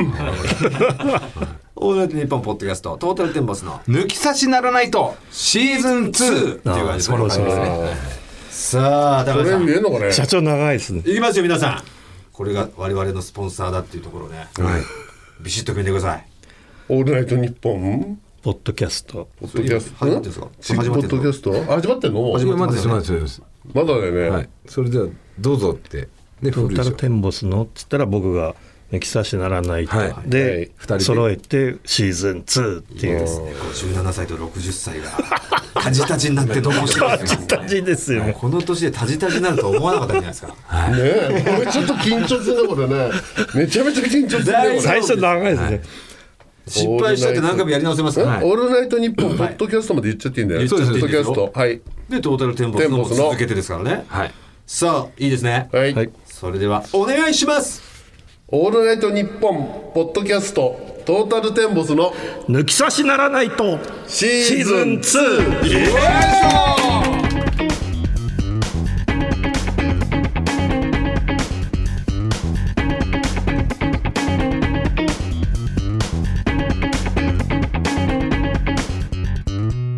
[SPEAKER 1] オールナイトニッポンポッドキャストトータルテンボスの
[SPEAKER 2] 抜き差しならないとシーズン
[SPEAKER 1] 2っていう
[SPEAKER 2] 2
[SPEAKER 1] 感じですこの感じですね
[SPEAKER 4] あ
[SPEAKER 1] さあ高
[SPEAKER 5] こ
[SPEAKER 1] 橋
[SPEAKER 5] れ
[SPEAKER 1] さん
[SPEAKER 5] 見えんのこれ
[SPEAKER 4] 社長長いですね。
[SPEAKER 1] いきますよ皆さんこれが我々のスポンサーだっていうところをね、ビシッと決めてください
[SPEAKER 5] 「オールナイトニッポン」
[SPEAKER 4] ポッドキャスト。
[SPEAKER 5] ポッドキャスト
[SPEAKER 1] 始まってんすか
[SPEAKER 5] ち
[SPEAKER 1] 始
[SPEAKER 5] ポ
[SPEAKER 1] まってん
[SPEAKER 5] ッ
[SPEAKER 1] の
[SPEAKER 5] ドキャスト始まってんの
[SPEAKER 1] 始まってますよね
[SPEAKER 2] 待って待って
[SPEAKER 5] まだだよね、
[SPEAKER 2] はいそれではどうぞってで
[SPEAKER 4] ト
[SPEAKER 2] 振
[SPEAKER 4] ー
[SPEAKER 2] る
[SPEAKER 4] タ
[SPEAKER 2] でし
[SPEAKER 4] ル
[SPEAKER 2] ょ
[SPEAKER 4] テンボスのっつったら僕が抜き差しならないと、
[SPEAKER 2] はい
[SPEAKER 4] で、
[SPEAKER 2] 二人で
[SPEAKER 4] 揃えてシーズン2っていうですね
[SPEAKER 1] 17歳と60歳が タジタジになってどうもしないですよね
[SPEAKER 4] 感じですよね
[SPEAKER 1] この年でタジタジになると思わなかったんじゃないですか
[SPEAKER 5] ねえこれちょっと緊張するねこれねめちゃめちゃ緊張するね
[SPEAKER 1] 大
[SPEAKER 5] これ
[SPEAKER 4] 最初長いですね、
[SPEAKER 1] 失敗したって何回もやり直せます
[SPEAKER 5] え
[SPEAKER 1] から、
[SPEAKER 5] オールナイトニッポン」ポッドキャストまで言っちゃっていいんだよ
[SPEAKER 1] 言っちゃっていい
[SPEAKER 5] ポッド
[SPEAKER 1] です
[SPEAKER 5] キ
[SPEAKER 1] よ
[SPEAKER 5] ャストはい
[SPEAKER 1] でトータルテンボスのも続けてですからね、
[SPEAKER 2] はい
[SPEAKER 1] さあいいですね、
[SPEAKER 5] はい、
[SPEAKER 4] はい
[SPEAKER 1] それではお願いします
[SPEAKER 5] オールナイトニッポン」ポッドキャストトータルテンボスの
[SPEAKER 4] 抜き差しならないと
[SPEAKER 5] シーズ
[SPEAKER 4] シー
[SPEAKER 5] ン
[SPEAKER 4] ズン 2!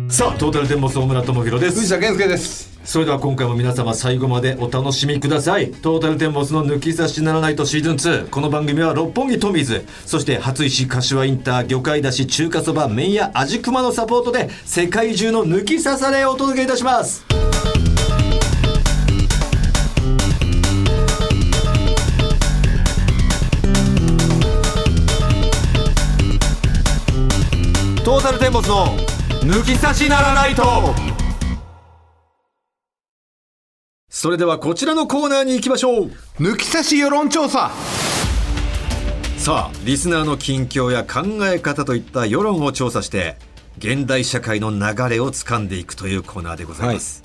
[SPEAKER 1] さあトータルテンボス大村智弘で
[SPEAKER 2] 藤
[SPEAKER 1] す
[SPEAKER 2] 田健介です
[SPEAKER 1] それでは今回も皆様最後までお楽しみくださいトータルテンボスの抜き差しならないとシーズン2この番組は六本木トミーズそして初石柏インター魚介だし中華そば麺屋味熊のサポートで世界中の抜き差されをお届けいたしますトータルテンボスの抜き差しならないとそれではこちらのコーナーに行きましょう
[SPEAKER 2] 抜き差し世論調査
[SPEAKER 1] さあリスナーの近況や考え方といった世論を調査して現代社会の流れを掴んでいくというコーナーでございます、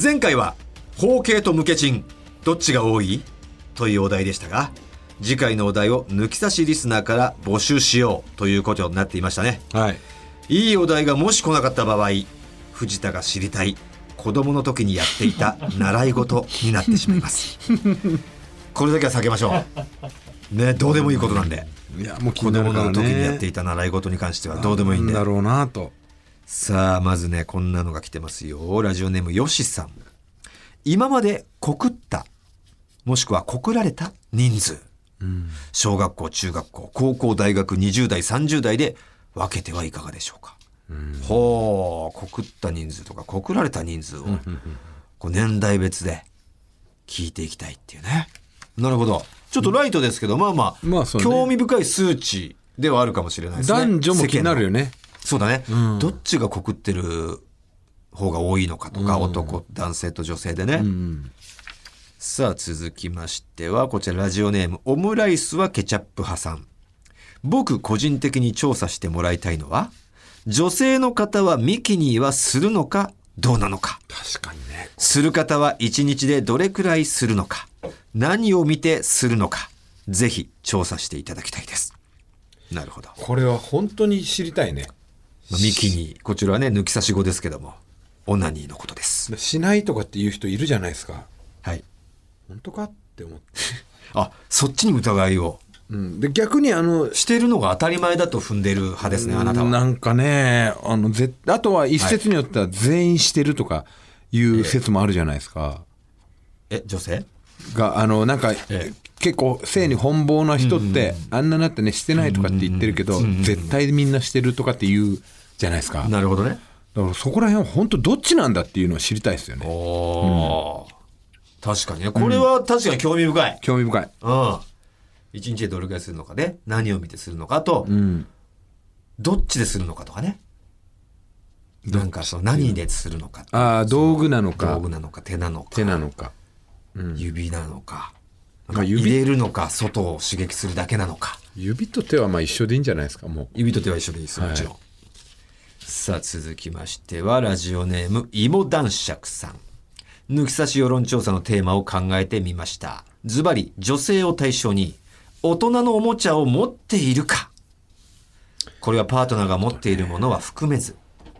[SPEAKER 1] 前回は「包茎と無ケチンどっちが多い?」というお題でしたが次回のお題を抜き差しリスナーから募集しようということになっていましたね
[SPEAKER 2] はい
[SPEAKER 1] いいお題がもし来なかった場合藤田が知りたい子供の時にやってい た習い事になってしまいますこれだけは避けましょうねどうでもいいことなんで
[SPEAKER 2] いやもう気
[SPEAKER 1] 子
[SPEAKER 2] にな
[SPEAKER 1] 供
[SPEAKER 2] るから
[SPEAKER 1] の
[SPEAKER 2] ね
[SPEAKER 1] 時にやっていた習い事に関してはどうでもいいんで
[SPEAKER 2] なんだろうなと
[SPEAKER 1] さあまずねこんなのが来てますよラジオネームよしさん今まで告ったもしくは告られた人数、小学校中学校高校大学20代30代で分けてはいかがでしょうか、ほう告った人数とか告られた人数をこう年代別で聞いていきたいっていうねなるほどちょっとライトですけど、まあまあ、
[SPEAKER 2] まあそうね
[SPEAKER 1] 興味深い数値ではあるかもしれないですね
[SPEAKER 2] 男女も気になる
[SPEAKER 1] 世間の
[SPEAKER 2] よね
[SPEAKER 1] そうだね、どっちが告ってる方が多いのかとか、男男性と女性でね、さあ続きましてはこちらラジオネームオムライスはケチャップ派さん僕個人的に調査してもらいたいのは、女性の方はミキニーはするのかどうなのか。
[SPEAKER 2] 確かにね。
[SPEAKER 1] する方は1日でどれくらいするのか、何を見てするのか、ぜひ調査していただきたいです。なるほど。ま
[SPEAKER 2] これは本当に知りたいね。
[SPEAKER 1] あミキニー、こちらはね、抜き差し語ですけども、オナニーのことです。
[SPEAKER 2] しないとかっていう人いるじゃないですか。
[SPEAKER 1] はい。
[SPEAKER 2] 本当かって思って。
[SPEAKER 1] あ、そっちに疑いを。
[SPEAKER 2] うん。で、逆にあの、
[SPEAKER 1] しているのが当たり前だと踏んでいる派ですね、あなたは。
[SPEAKER 2] んかね、あの、ぜあとは一説によっては全員してるとかいう説もあるじゃないですか。
[SPEAKER 1] え、女性
[SPEAKER 2] が、あの、なんか、
[SPEAKER 1] ええ
[SPEAKER 2] 結構性に奔放な人って、あんななってねしてないとかって言ってるけど、絶対みんなしてるとかって言うじゃないですかだ
[SPEAKER 1] なるほどね。
[SPEAKER 2] からそこら辺は本当どっちなんだっていうのを知りたいですよね
[SPEAKER 1] おー。確かにね。これは確かに興味深い。
[SPEAKER 2] 興味深い
[SPEAKER 1] うん。一日でどれくらいするのかね。何を見てするのかあと、
[SPEAKER 2] うん
[SPEAKER 1] どっちでするのかとかね。なんかその何でするのか。
[SPEAKER 2] ああ道具なのか
[SPEAKER 1] 道具なのか手なのか。
[SPEAKER 2] 手なのか
[SPEAKER 1] 指なのか。なん
[SPEAKER 2] ま
[SPEAKER 1] か
[SPEAKER 2] あ指
[SPEAKER 1] 入れるのか、外を刺激するだけなのか。
[SPEAKER 2] 指と手はまあ一緒でいいんじゃないですかもう
[SPEAKER 1] 指と手は一緒でいいです、もちろん。さあ、続きましては、ラジオネーム、芋男爵さん。抜き差し世論調査のテーマを考えてみました。ズバリ、女性を対象に、大人のおもちゃを持っているかこれはパートナーが持っているものは含めず、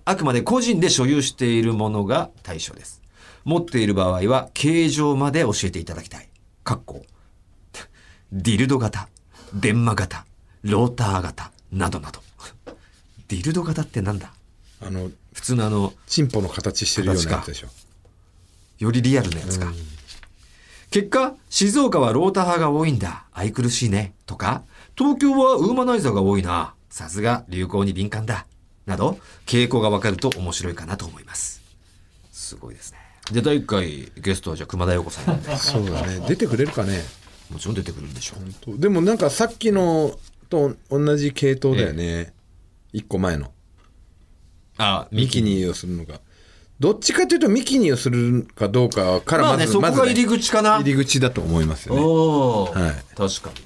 [SPEAKER 1] あくまで個人で所有しているものが対象です。持っている場合は、形状まで教えていただきたい。かっこディルド型、電マ型、ローター型、などなど。ディルド型ってなんだ
[SPEAKER 2] あの
[SPEAKER 1] 普通のあの、
[SPEAKER 2] チンポの形してるようなやつでしょ
[SPEAKER 1] よりリアルなやつか。結果、静岡はローター派が多いんだ。愛くるしいね。とか、東京はウーマナイザーが多いな。さすが流行に敏感だ。など、傾向がわかると面白いかなと思います。すごいですね。で、第1回ゲストはじゃあ熊田曜子さん なんで
[SPEAKER 2] そうだね出てくれるかね
[SPEAKER 1] もちろん出てくるんでしょう。
[SPEAKER 2] とでもなんかさっきのと同じ系統だよね、一個前の
[SPEAKER 1] あ、
[SPEAKER 2] ミ
[SPEAKER 1] ミキ
[SPEAKER 2] キニーをするのがどっちかというとミキニーをするかどうかから
[SPEAKER 1] まあ
[SPEAKER 2] ま
[SPEAKER 1] ね、
[SPEAKER 2] ず
[SPEAKER 1] そこ
[SPEAKER 2] まず
[SPEAKER 1] が入り
[SPEAKER 2] ね
[SPEAKER 1] 口かな。
[SPEAKER 2] 入り口だと思いますよね
[SPEAKER 1] おお、
[SPEAKER 2] はい
[SPEAKER 1] 確かに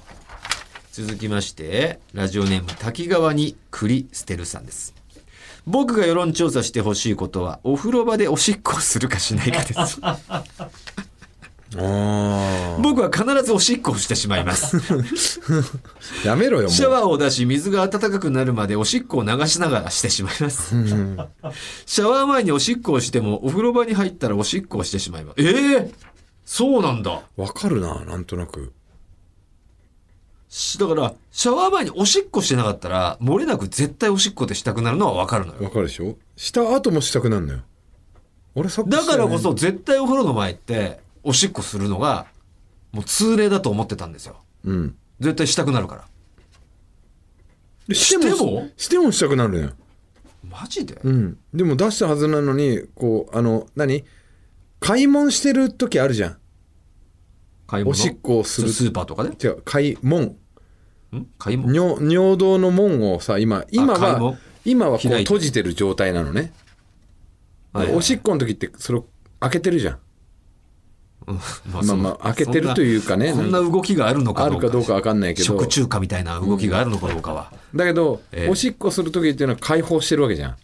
[SPEAKER 1] 続きましてラジオネーム滝川に栗捨てるさんです僕が世論調査してほしいことはお風呂場でおしっこをするかしないかです
[SPEAKER 2] あ
[SPEAKER 1] 僕は必ずおしっこをしてしまい ます
[SPEAKER 2] あやめろよ
[SPEAKER 1] シャ
[SPEAKER 2] も
[SPEAKER 1] ワーを出し水が温かくなるまでおしっこを流しながらしてしまいますシャワー前におしっこをしてもお風呂場に入ったらおしっこをしてしまいますええそうなんだ
[SPEAKER 2] うわかるななんとなく
[SPEAKER 1] しだからシャワー前におしっこしてなかったら漏れなく絶対おしっこでしたくなるのはわかるのよ
[SPEAKER 2] わかるでしょした後もしたくなるのよ俺さっきした
[SPEAKER 1] だ
[SPEAKER 2] よね
[SPEAKER 1] からこそ絶対お風呂の前っておしっこするのがもう通例だと思ってたんですよ
[SPEAKER 2] うん
[SPEAKER 1] 絶対したくなるから
[SPEAKER 2] で
[SPEAKER 1] しても
[SPEAKER 2] してもしたくなるのよ
[SPEAKER 1] マジで、
[SPEAKER 2] うん、でも出したはずなのにこうあの何買い物してる時あるじゃん
[SPEAKER 1] 買い物
[SPEAKER 2] おしっこをする
[SPEAKER 1] ススーパーとかで
[SPEAKER 2] 違う買い物
[SPEAKER 1] ん買い物
[SPEAKER 2] 尿尿道の門をさ今今
[SPEAKER 1] 買い物
[SPEAKER 2] は今はこう
[SPEAKER 1] 開いて
[SPEAKER 2] 閉じてる状態なのね、
[SPEAKER 1] はいはい
[SPEAKER 2] おしっこの時ってそれを開けてるじゃん
[SPEAKER 1] うんま
[SPEAKER 2] まあまあ開けてるというかね
[SPEAKER 1] そんなこんな動きがあるのか
[SPEAKER 2] あるかどうかわかんないけど
[SPEAKER 1] 食中華みたいな動きがあるのかどうかは、
[SPEAKER 2] だけど、
[SPEAKER 1] ええ
[SPEAKER 2] おしっこする時っていうのは解放してるわけじゃん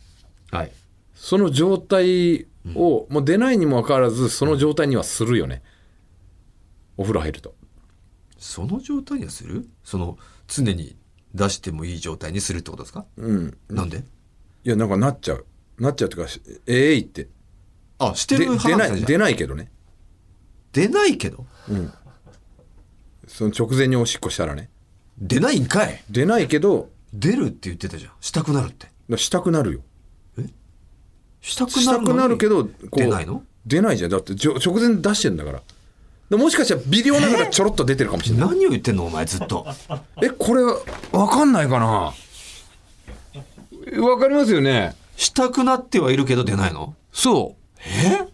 [SPEAKER 1] はい
[SPEAKER 2] その状態を、もう出ないにもかかわらずその状態にはするよね、お風呂入ると
[SPEAKER 1] その状態にはするその常に出してもいい状態にするってことですか、
[SPEAKER 2] うん
[SPEAKER 1] なんで
[SPEAKER 2] いやなんかなっちゃうなっちゃうというかしええいって
[SPEAKER 1] あして
[SPEAKER 2] で
[SPEAKER 1] る派
[SPEAKER 2] 出
[SPEAKER 1] な
[SPEAKER 2] なんい
[SPEAKER 1] じゃ
[SPEAKER 2] 出ないけどね
[SPEAKER 1] 出ないけど
[SPEAKER 2] その直前におしっこしたらね
[SPEAKER 1] 出ないんかい
[SPEAKER 2] 出ないけど
[SPEAKER 1] 出るって言ってたじゃんしたくなるって
[SPEAKER 2] したくなるよ
[SPEAKER 1] したく
[SPEAKER 2] した
[SPEAKER 1] なるのに
[SPEAKER 2] くなるけどこう
[SPEAKER 1] 出ないの
[SPEAKER 2] 出ないじゃんだってじょ直前に出してんだからでもしかしたら微量ながらちょろっと出てるかもしれない
[SPEAKER 1] 何を言ってんのお前ずっと
[SPEAKER 2] えこれわかんないかなえわかりますよね
[SPEAKER 1] したくなってはいるけど出ないの
[SPEAKER 2] そうえ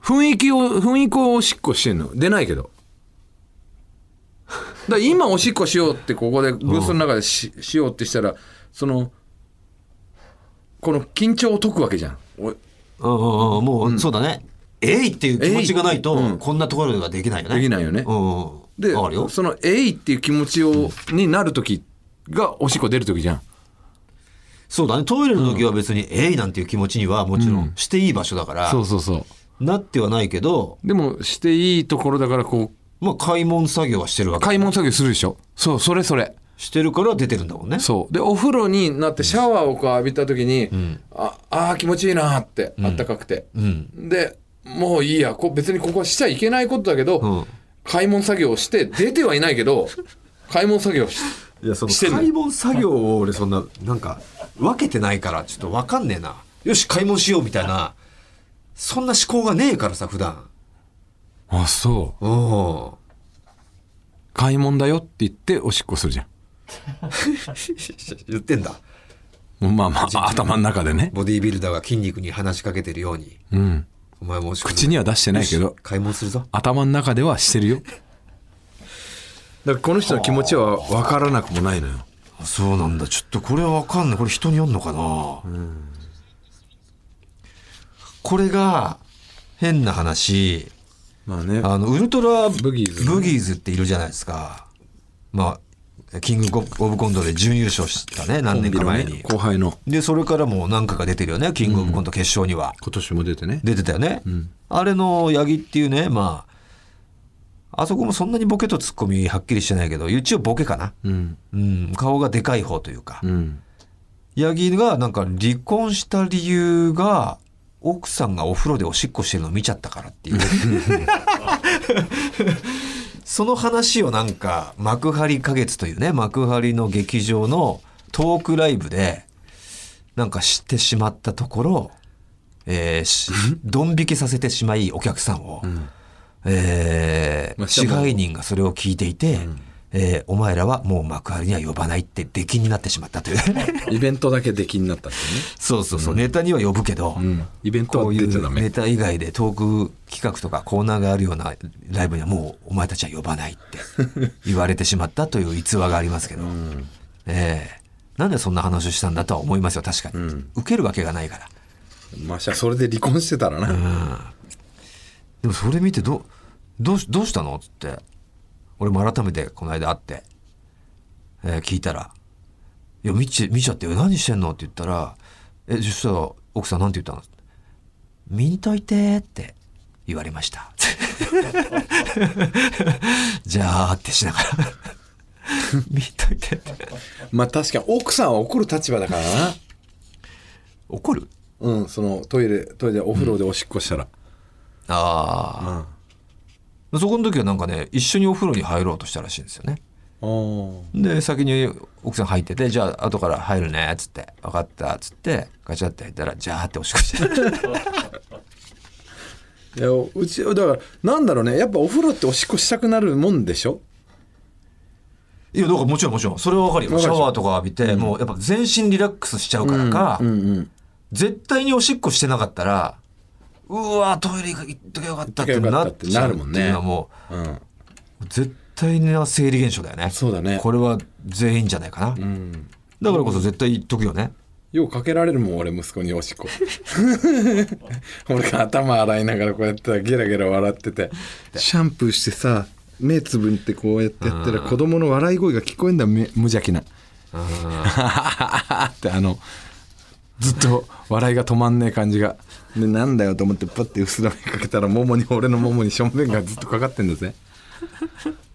[SPEAKER 2] 雰囲気を雰囲気をおしっこしてんの出ないけどだから今おしっこしようってここでブースの中でし,、しようってしたらそのこの緊張を解くわけじゃんお
[SPEAKER 1] うんうんうんもう、そうだねえいっていう気持ちがないと、
[SPEAKER 2] えいうん
[SPEAKER 1] こんなところではできないよね
[SPEAKER 2] できないよね
[SPEAKER 1] うんうん
[SPEAKER 2] で
[SPEAKER 1] わかるよ
[SPEAKER 2] その「えい!」っていう気持ちを、になる時がおしっこ出る時じゃん。
[SPEAKER 1] そうだね。トイレの時は別に、えいなんていう気持ちにはもちろんしていい場所だから、
[SPEAKER 2] そうそうそ
[SPEAKER 1] なってはないけど、
[SPEAKER 2] う。でもしていいところだからこ
[SPEAKER 1] まあ、開門作業はしてるわ
[SPEAKER 2] う、
[SPEAKER 1] け。
[SPEAKER 2] 開門作業するでしょ。そう、それそれ。
[SPEAKER 1] してるから出てるんだもんね。
[SPEAKER 2] そう。で、お風呂になってシャワーをこう浴びた時に、あ、あー気持ちいいなーって、あったかくて。
[SPEAKER 1] うん。
[SPEAKER 2] で、もういいや。こ別にここはしちゃいけないことだけど、
[SPEAKER 1] うん。
[SPEAKER 2] 開門作業をして、出てはいないけ ど、開門作業をし
[SPEAKER 1] いや、その
[SPEAKER 2] してんの
[SPEAKER 1] 開門作業を俺そんな、なんか、分けてないから、ちょっとわかんねえな。よし、開門しようみたいな、そんな思考がねえからさ、普段。
[SPEAKER 2] あ、そう。
[SPEAKER 1] うん。
[SPEAKER 2] 開門だよって言って、おしっこするじゃん。
[SPEAKER 1] 言ってんだ。
[SPEAKER 2] まあまあ、頭の中でね。
[SPEAKER 1] ボディービルダーが筋肉に話しかけてるように。
[SPEAKER 2] うん。
[SPEAKER 1] お前も
[SPEAKER 2] 口には出してないけど、
[SPEAKER 1] 開門するぞ。
[SPEAKER 2] 頭の中ではしてるよ。だからこの人の気持ちは分からなくもないのよ。
[SPEAKER 1] そうなんだ。ちょっとこれはわかんない。これ人によんのかな、これが、変な話。
[SPEAKER 2] まあね。
[SPEAKER 1] あの、ウルトラ
[SPEAKER 2] ブギーズね
[SPEAKER 1] ブギーズっているじゃないですか。まあ、キングオブコントで準優勝したね、何年か前に。
[SPEAKER 2] 後輩の。
[SPEAKER 1] で、それからもう何回か出てるよね、キングオブコント決勝には。
[SPEAKER 2] 今年も出てね。
[SPEAKER 1] 出てたよね。あれの八木っていうね、まあ、あそこもそんなにボケとツッコミはっきりしてないけど、一応ボケかな。
[SPEAKER 2] うん。
[SPEAKER 1] うん、顔がでかい方というか
[SPEAKER 2] う。ん。
[SPEAKER 1] 八木がなんか離婚した理由が、奥さんがお風呂でおしっこしてるのを見ちゃったから っていう。その話をなんか、幕張花月というね、幕張の劇場のトークライブで、なんか知ってしまったところ、えーしドン引きさせてしまい、お客さんを、えー
[SPEAKER 2] まあ
[SPEAKER 1] 支配人がそれを聞いていて、えーお前らはもう幕張には呼ばないって出禁になってしまったという。
[SPEAKER 2] イベントだけ出禁になったってね。
[SPEAKER 1] そうそうそう、ネタには呼ぶけど、
[SPEAKER 2] うん。イベント
[SPEAKER 1] こ
[SPEAKER 2] は
[SPEAKER 1] うい
[SPEAKER 2] 出ちゃダ
[SPEAKER 1] うネ
[SPEAKER 2] メ。
[SPEAKER 1] タ以外でトーク企画とかコーナーがあるようなライブにはもうお前たちは呼ばないって 言われてしまったという逸話がありますけど、ええなんでそんな話をしたんだとは思いますよ確かに、受けるわけがないから
[SPEAKER 2] まあ、しゃそれで離婚してたらな。
[SPEAKER 1] でもそれ見てどどうしどうしたのっつって俺も改めてこの間会って、えー聞いたら「いや見ち見ちゃってよ何してんの?」って言ったら「えそしたら奥さんなんて言ったの?」見んといて」って言われました。 じゃあってしながら 「見んといて」って
[SPEAKER 2] まあ確かに奥さんは怒る立場だからな。
[SPEAKER 1] 怒る
[SPEAKER 2] うん、そのトイレ、トイレ、お風呂でおしっこしたら。
[SPEAKER 1] あ
[SPEAKER 2] あ
[SPEAKER 1] あそこの時はなんかね一緒にお風呂に入ろうとしたらしいんですよね。
[SPEAKER 2] あー。
[SPEAKER 1] で先に奥さん入ってて「じゃあ後から入るね」っつって「分かった」っつってガチャって入ったら「じゃあ」っておしっこして
[SPEAKER 2] いや、うち、だから、なんだろうね。やっぱお風呂っておしっこしたくなるもんでしょ
[SPEAKER 1] いやだからもちろんもちろんそれは分かるよ
[SPEAKER 2] わか
[SPEAKER 1] シャ
[SPEAKER 2] るでしょ
[SPEAKER 1] ワーとか浴びて、もうやっぱ全身リラックスしちゃうからか、
[SPEAKER 2] うんうん。
[SPEAKER 1] 絶対におしっこしてなかったらうわートイレ行っときゃよかったってなっちゃうっていうのはも
[SPEAKER 2] うん。
[SPEAKER 1] う絶対な生理現象だよね
[SPEAKER 2] そうだね
[SPEAKER 1] これは全員じゃないかな、
[SPEAKER 2] うん。
[SPEAKER 1] だからこそ絶対言っとくよね
[SPEAKER 2] ようかけられるもん、俺、息子にお しっこ。俺が頭洗いながらこうやってたらゲラゲラ笑ってて。シャンプーしてさ、目つぶってこうやってやったら子供の笑い声が聞こえんだ、め無邪気な。 ってあの、ずっと笑いが止まんねえ感じが。で、なんだよと思ってパッて薄らめかけたら、ももに、俺のももに正面がずっとかかってんだぜ。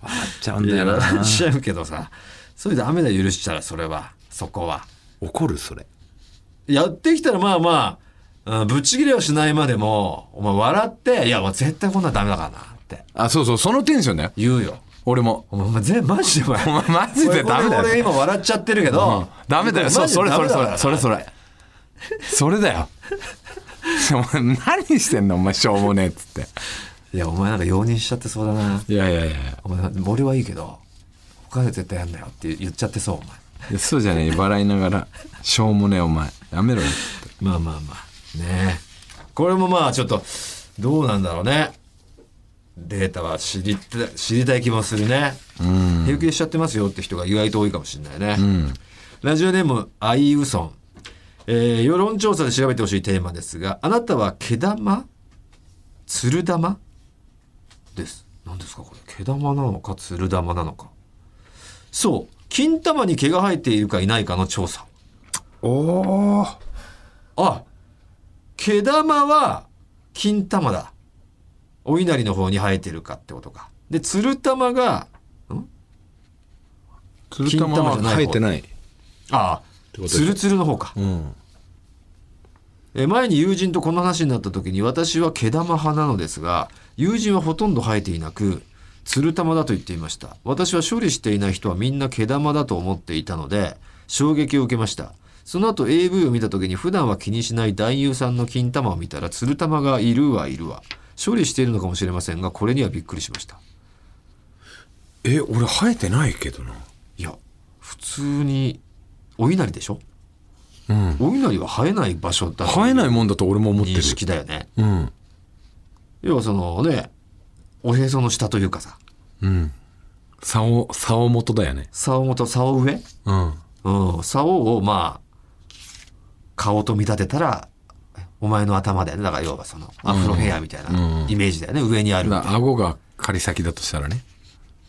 [SPEAKER 2] 笑っちゃうんだ よな。
[SPEAKER 1] しちゃうけどさそれで雨で許したらそれはそこは。
[SPEAKER 2] 怒るそれ。
[SPEAKER 1] やってきたらまあまあ、うんぶっちぎれはしないまでも、お前笑って、いや、まあ絶対こんなんダメだからなって
[SPEAKER 2] あ、そうそう、そのテンションだよ。
[SPEAKER 1] 言うよ。
[SPEAKER 2] 俺も。
[SPEAKER 1] お前、お前全マジでお前。
[SPEAKER 2] お前マジでダメだよ
[SPEAKER 1] 俺俺今笑っちゃってるけど、
[SPEAKER 2] ダメだよ。そう、それそれそれ、それそ
[SPEAKER 1] れ。
[SPEAKER 2] れ。それだよ。 お前何してんのお前しょうもねえっつっ
[SPEAKER 1] いや、お前なんか容認しちゃってそうだな。
[SPEAKER 2] て。いやいやいやい
[SPEAKER 1] お前、俺はいいけど、他で絶対やんなよって言っちゃってそう、お前。
[SPEAKER 2] や。そうじゃねえ。笑いながら、しょうもねえお前。やめろよ。
[SPEAKER 1] まあまあまあ。ねえこれもまあちょっと、どうなんだろうね。データは知りた知りたい気もするね。平気でしちゃってますよって人が意外と多いかもしれないね。ラジオネーム、アイウソン。えー世論調査で調べてほしいテーマですが、あなたは毛玉鶴玉です。何ですかこれ。毛玉なのか鶴玉なのか。そう。金玉に毛が生えているかいないかの調査。
[SPEAKER 2] おお
[SPEAKER 1] あ、毛玉は金玉だ。お稲荷の方に生えてるかってことか。で、鶴玉が、
[SPEAKER 2] 鶴玉は生えてない
[SPEAKER 1] あ
[SPEAKER 4] こと
[SPEAKER 1] あ、
[SPEAKER 4] でしょ
[SPEAKER 1] つるつるの方か。
[SPEAKER 2] うん
[SPEAKER 1] え前に友人とこの話になった時に私は毛玉派なのですが友人はほとんど生えていなく鶴玉だと言っていました私は処理していない人はみんな毛玉だと思っていたので衝撃を受けましたその後 AV を見た時に普段は気にしない男優さんの金玉を見たら鶴玉がいるはいるわ処理しているのかもしれませんがこれにはびっくりしました
[SPEAKER 2] え俺生えてないけどない
[SPEAKER 1] や普通にお稲荷でしょ、お稲荷は生えない場所だと
[SPEAKER 2] 生えないもんだと俺も思って
[SPEAKER 1] 認
[SPEAKER 2] る
[SPEAKER 1] 識だよね
[SPEAKER 2] うん
[SPEAKER 1] 要はそのねおへその下というかさ
[SPEAKER 2] うん竿竿元だよね
[SPEAKER 1] 竿元竿上
[SPEAKER 2] うん
[SPEAKER 1] うん竿をまあ顔と見立てたらお前の頭だよねだから要はそのアフロヘアみたいなイメージだよね、上にある
[SPEAKER 2] だから顎が仮先だとしたらね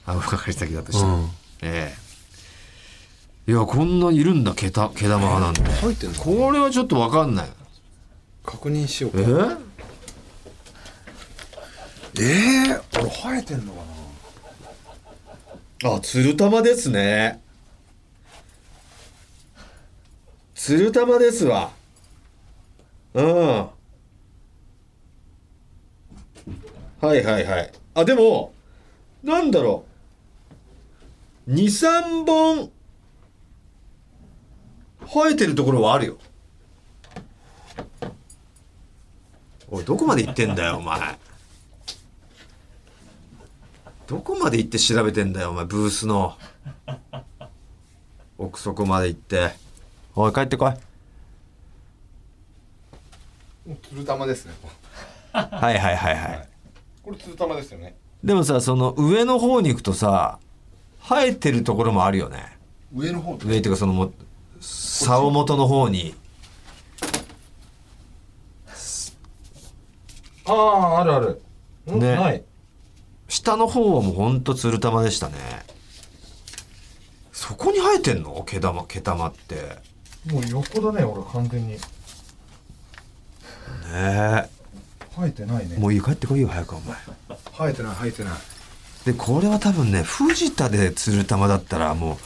[SPEAKER 1] あかかり先だとしたら、
[SPEAKER 2] うん
[SPEAKER 1] ええいやこんないるんだ毛た毛玉派なんて
[SPEAKER 2] 生えてんの
[SPEAKER 1] これはちょっと分かんない
[SPEAKER 2] 確認しよう
[SPEAKER 1] え
[SPEAKER 2] ええ俺生えてんのかな
[SPEAKER 1] あ鶴玉ですね鶴玉ですわうんはいはいはい。あ、でも、なんだろう。2、3本、生えてるところはあるよ。おい、どこまで行ってんだよ、お前。どこまで行って調べてんだよ、お前、ブースの。奥底まで行って。おい、帰ってこい。
[SPEAKER 2] 鶴玉ですね
[SPEAKER 1] はいはいはいはい。
[SPEAKER 2] これ鶴玉ですよね
[SPEAKER 1] でもさその上の方に行くとさ生えてるところもあるよね
[SPEAKER 2] 上の方
[SPEAKER 1] 上っていうかそのも竿元の方に
[SPEAKER 2] あああるある
[SPEAKER 1] んねない下の方はもうほんと鶴玉でしたねそこに生えてんの毛玉毛玉ってね
[SPEAKER 6] もう横だね俺完全に
[SPEAKER 1] え
[SPEAKER 6] 生えてないね
[SPEAKER 1] もういいよ帰ってこいよ早くお前
[SPEAKER 6] 生えてない生えてない
[SPEAKER 1] でこれは多分ね藤田で鶴玉だったらもう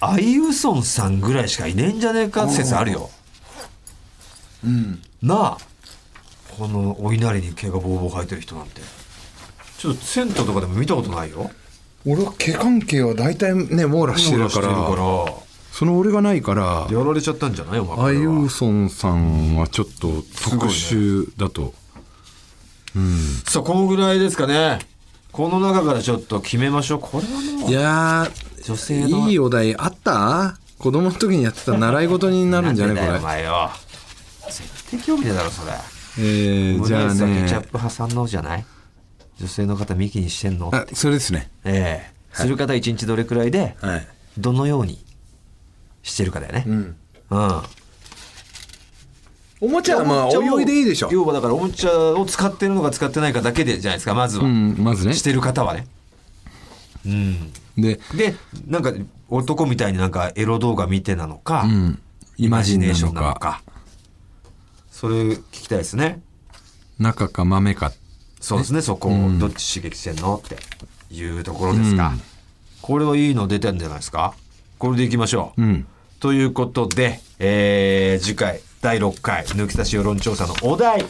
[SPEAKER 1] アイウソンさんぐらいしかいねえんじゃねえか説あるよ
[SPEAKER 2] うん
[SPEAKER 1] なあこのお稲荷に毛がボーボー生えてる人なんてちょっと銭湯とかでも見たことないよ
[SPEAKER 2] 俺は毛関係は大体ね網羅してるから
[SPEAKER 1] ら
[SPEAKER 2] その俺がないから
[SPEAKER 1] やられちゃったんじゃないお前こ
[SPEAKER 2] ア
[SPEAKER 1] れ
[SPEAKER 2] イ
[SPEAKER 1] は
[SPEAKER 2] ウソンさんはちょっと特殊だと、
[SPEAKER 1] そうこのぐらいですかねこの中からちょっと決めましょうこれはもう
[SPEAKER 2] いや
[SPEAKER 1] 女性の
[SPEAKER 2] ーいいお題あった子供の時にやってた習い事になるんじゃね
[SPEAKER 1] なでだよお
[SPEAKER 2] これ、
[SPEAKER 1] 前よ絶対興味ねえだろそれ
[SPEAKER 2] えー、じゃあ
[SPEAKER 1] 胸にさケチャ
[SPEAKER 2] ね
[SPEAKER 1] ップ挟んのじゃない女性の方ミキにしてんの
[SPEAKER 2] あそれですね
[SPEAKER 1] ええする方一日どれくらいで
[SPEAKER 2] はい
[SPEAKER 1] どのようにしてるかだよね
[SPEAKER 2] うん
[SPEAKER 1] うん
[SPEAKER 2] おもちゃはま
[SPEAKER 1] おも
[SPEAKER 2] あお
[SPEAKER 1] ちゃを
[SPEAKER 2] 湯でいいでしょ
[SPEAKER 1] 要はだからおもちゃを使ってるのか使ってないかだけでじゃないですかまずは、
[SPEAKER 2] うんまずね
[SPEAKER 1] してる方はねうん
[SPEAKER 2] で、
[SPEAKER 1] でなんか男みたいになんかエロ動画見てなのか、
[SPEAKER 2] うん、イ
[SPEAKER 1] イ
[SPEAKER 2] マ
[SPEAKER 1] マ
[SPEAKER 2] ジ
[SPEAKER 1] ジ
[SPEAKER 2] ネ
[SPEAKER 1] ネ
[SPEAKER 2] ー
[SPEAKER 1] ー
[SPEAKER 2] シ
[SPEAKER 1] ショ
[SPEAKER 2] ョン
[SPEAKER 1] ン
[SPEAKER 2] な
[SPEAKER 1] な
[SPEAKER 2] の
[SPEAKER 1] の
[SPEAKER 2] か
[SPEAKER 1] かそれ聞きたいですね
[SPEAKER 2] 中か豆か
[SPEAKER 1] そうですねそこをどっち刺激してんのっていうところですか、これはいいの出てんじゃないですかこれでいきましょう、
[SPEAKER 2] うん
[SPEAKER 1] ということで、えー次回第6回抜き差し世論調査のお題、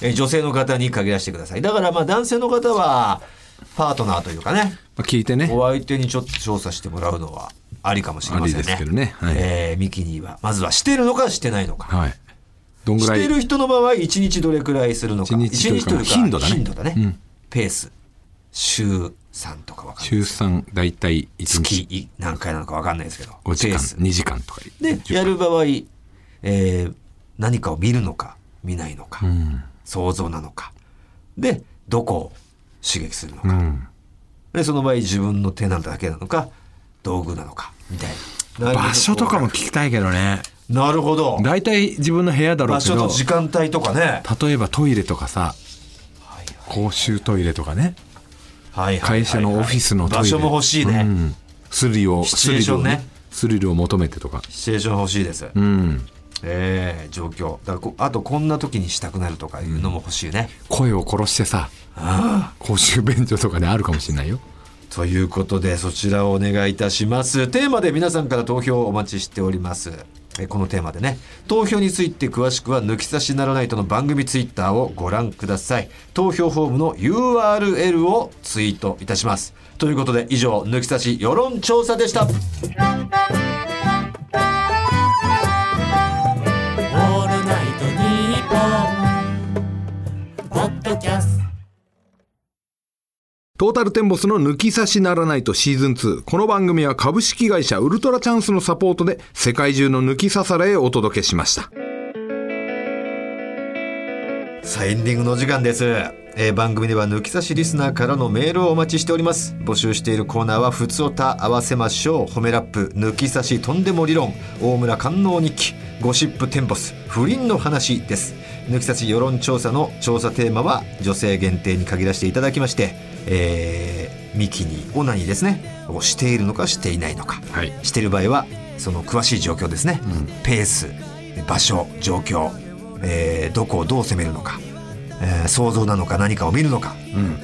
[SPEAKER 1] えー女性の方に限らせてくださいだからまあ男性の方はパートナーというかね
[SPEAKER 2] まあ聞いてね
[SPEAKER 1] お相手にちょっと調査してもらうのはありかもしれませんね
[SPEAKER 2] ありですけどねはい
[SPEAKER 1] えーミキにはまずはしてるのかしてないのか、
[SPEAKER 2] はいどんぐ
[SPEAKER 1] し
[SPEAKER 2] らい
[SPEAKER 1] てる人の場合1日どれくらいするのか
[SPEAKER 2] 一日というか頻度だね
[SPEAKER 1] 頻度だね、
[SPEAKER 2] うん
[SPEAKER 1] ペース週3とかわかんない
[SPEAKER 2] 週3大体1日
[SPEAKER 1] 月何回なのかわかんないですけど
[SPEAKER 2] 5時
[SPEAKER 1] ペ
[SPEAKER 2] 間
[SPEAKER 1] ース
[SPEAKER 2] 2時間とか
[SPEAKER 1] で
[SPEAKER 2] 10
[SPEAKER 1] やる場合、えー何かを見るのか見ないのか、
[SPEAKER 2] うん
[SPEAKER 1] 想像なのかでどこを刺激するの
[SPEAKER 2] う
[SPEAKER 1] か、
[SPEAKER 2] ん
[SPEAKER 1] でその場合自分の手なのだけなのか道具なのかみたいな
[SPEAKER 2] 場所とかも聞きたいけどね
[SPEAKER 1] なるほど
[SPEAKER 2] 大体自分の部屋だろう
[SPEAKER 1] 場
[SPEAKER 2] け
[SPEAKER 1] 所と
[SPEAKER 2] ど
[SPEAKER 1] 時間帯とかね
[SPEAKER 2] 例えばトイレとかさ公衆トイレとかね
[SPEAKER 1] はいはいはいはい
[SPEAKER 2] 会社のオフィスのトイレ
[SPEAKER 1] 場所も欲しいね、
[SPEAKER 2] うんスリを
[SPEAKER 1] シチュエーションね
[SPEAKER 2] スリルをスリルを求めてとか
[SPEAKER 1] シチュエーション欲しいです。
[SPEAKER 2] うん
[SPEAKER 1] ええ状況。だからこあとこんな時にしたくなるとかいうのも欲しいね。
[SPEAKER 2] 声を殺してさ公衆便所とかであるかもしれないよ
[SPEAKER 1] ということでそちらをお願いいたしますテーマで皆さんから投票をお待ちしておりますえこのテーマでね投票について詳しくは「抜き差しならないと」の番組ツイッターをご覧ください投票フォームの URL をツイートいたしますということで以上「抜き差し世論調査」でした
[SPEAKER 7] オールナイトニッポン」ポッドキャスト
[SPEAKER 2] トータルテンボスの抜き差しならないとシーズン2。この番組は株式会社ウルトラチャンスのサポートで世界中の抜き差されへお届けしました。
[SPEAKER 1] さあエンディングの時間です、えー番組では抜き差しリスナーからのメールをお待ちしております募集しているコーナーは「ふつおた合わせましょう」「褒めラップ」「抜き差しとんでも理論」「大村官能日記」「ゴシップテンボス」「不倫の話」です抜き差し世論調査の調査テーマは女性限定に限らせていただきましてえーミキにオナニーですねをしているのかしていないのか、
[SPEAKER 2] はい
[SPEAKER 1] してる場合はその詳しい状況ですね、ペース場所状況、えーどこをどう攻めるのか、えー想像なのか何かを見るのか、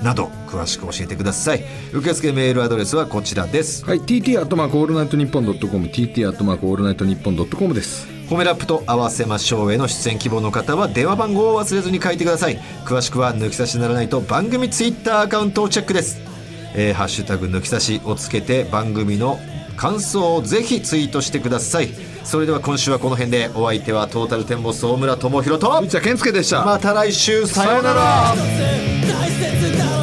[SPEAKER 1] など詳しく教えてください受付メールアドレスはこちらです
[SPEAKER 2] はい、TT アットマークオールナイトニッポンドットコム、TT アットマークオールナイトニッポンドットコムです。
[SPEAKER 1] 褒めラップと合わせましょうへの出演希望の方は電話番号を忘れずに書いてください詳しくは抜き差しならないと番組ツイッターアカウントをチェックです「えーハッシュタグ抜き差し」をつけて番組の感想をぜひツイートしてくださいそれでは今週はこの辺でお相手はトータルテンボス大村智広と
[SPEAKER 2] 内田健介でした。
[SPEAKER 1] また来週さようなら
[SPEAKER 7] 大切だ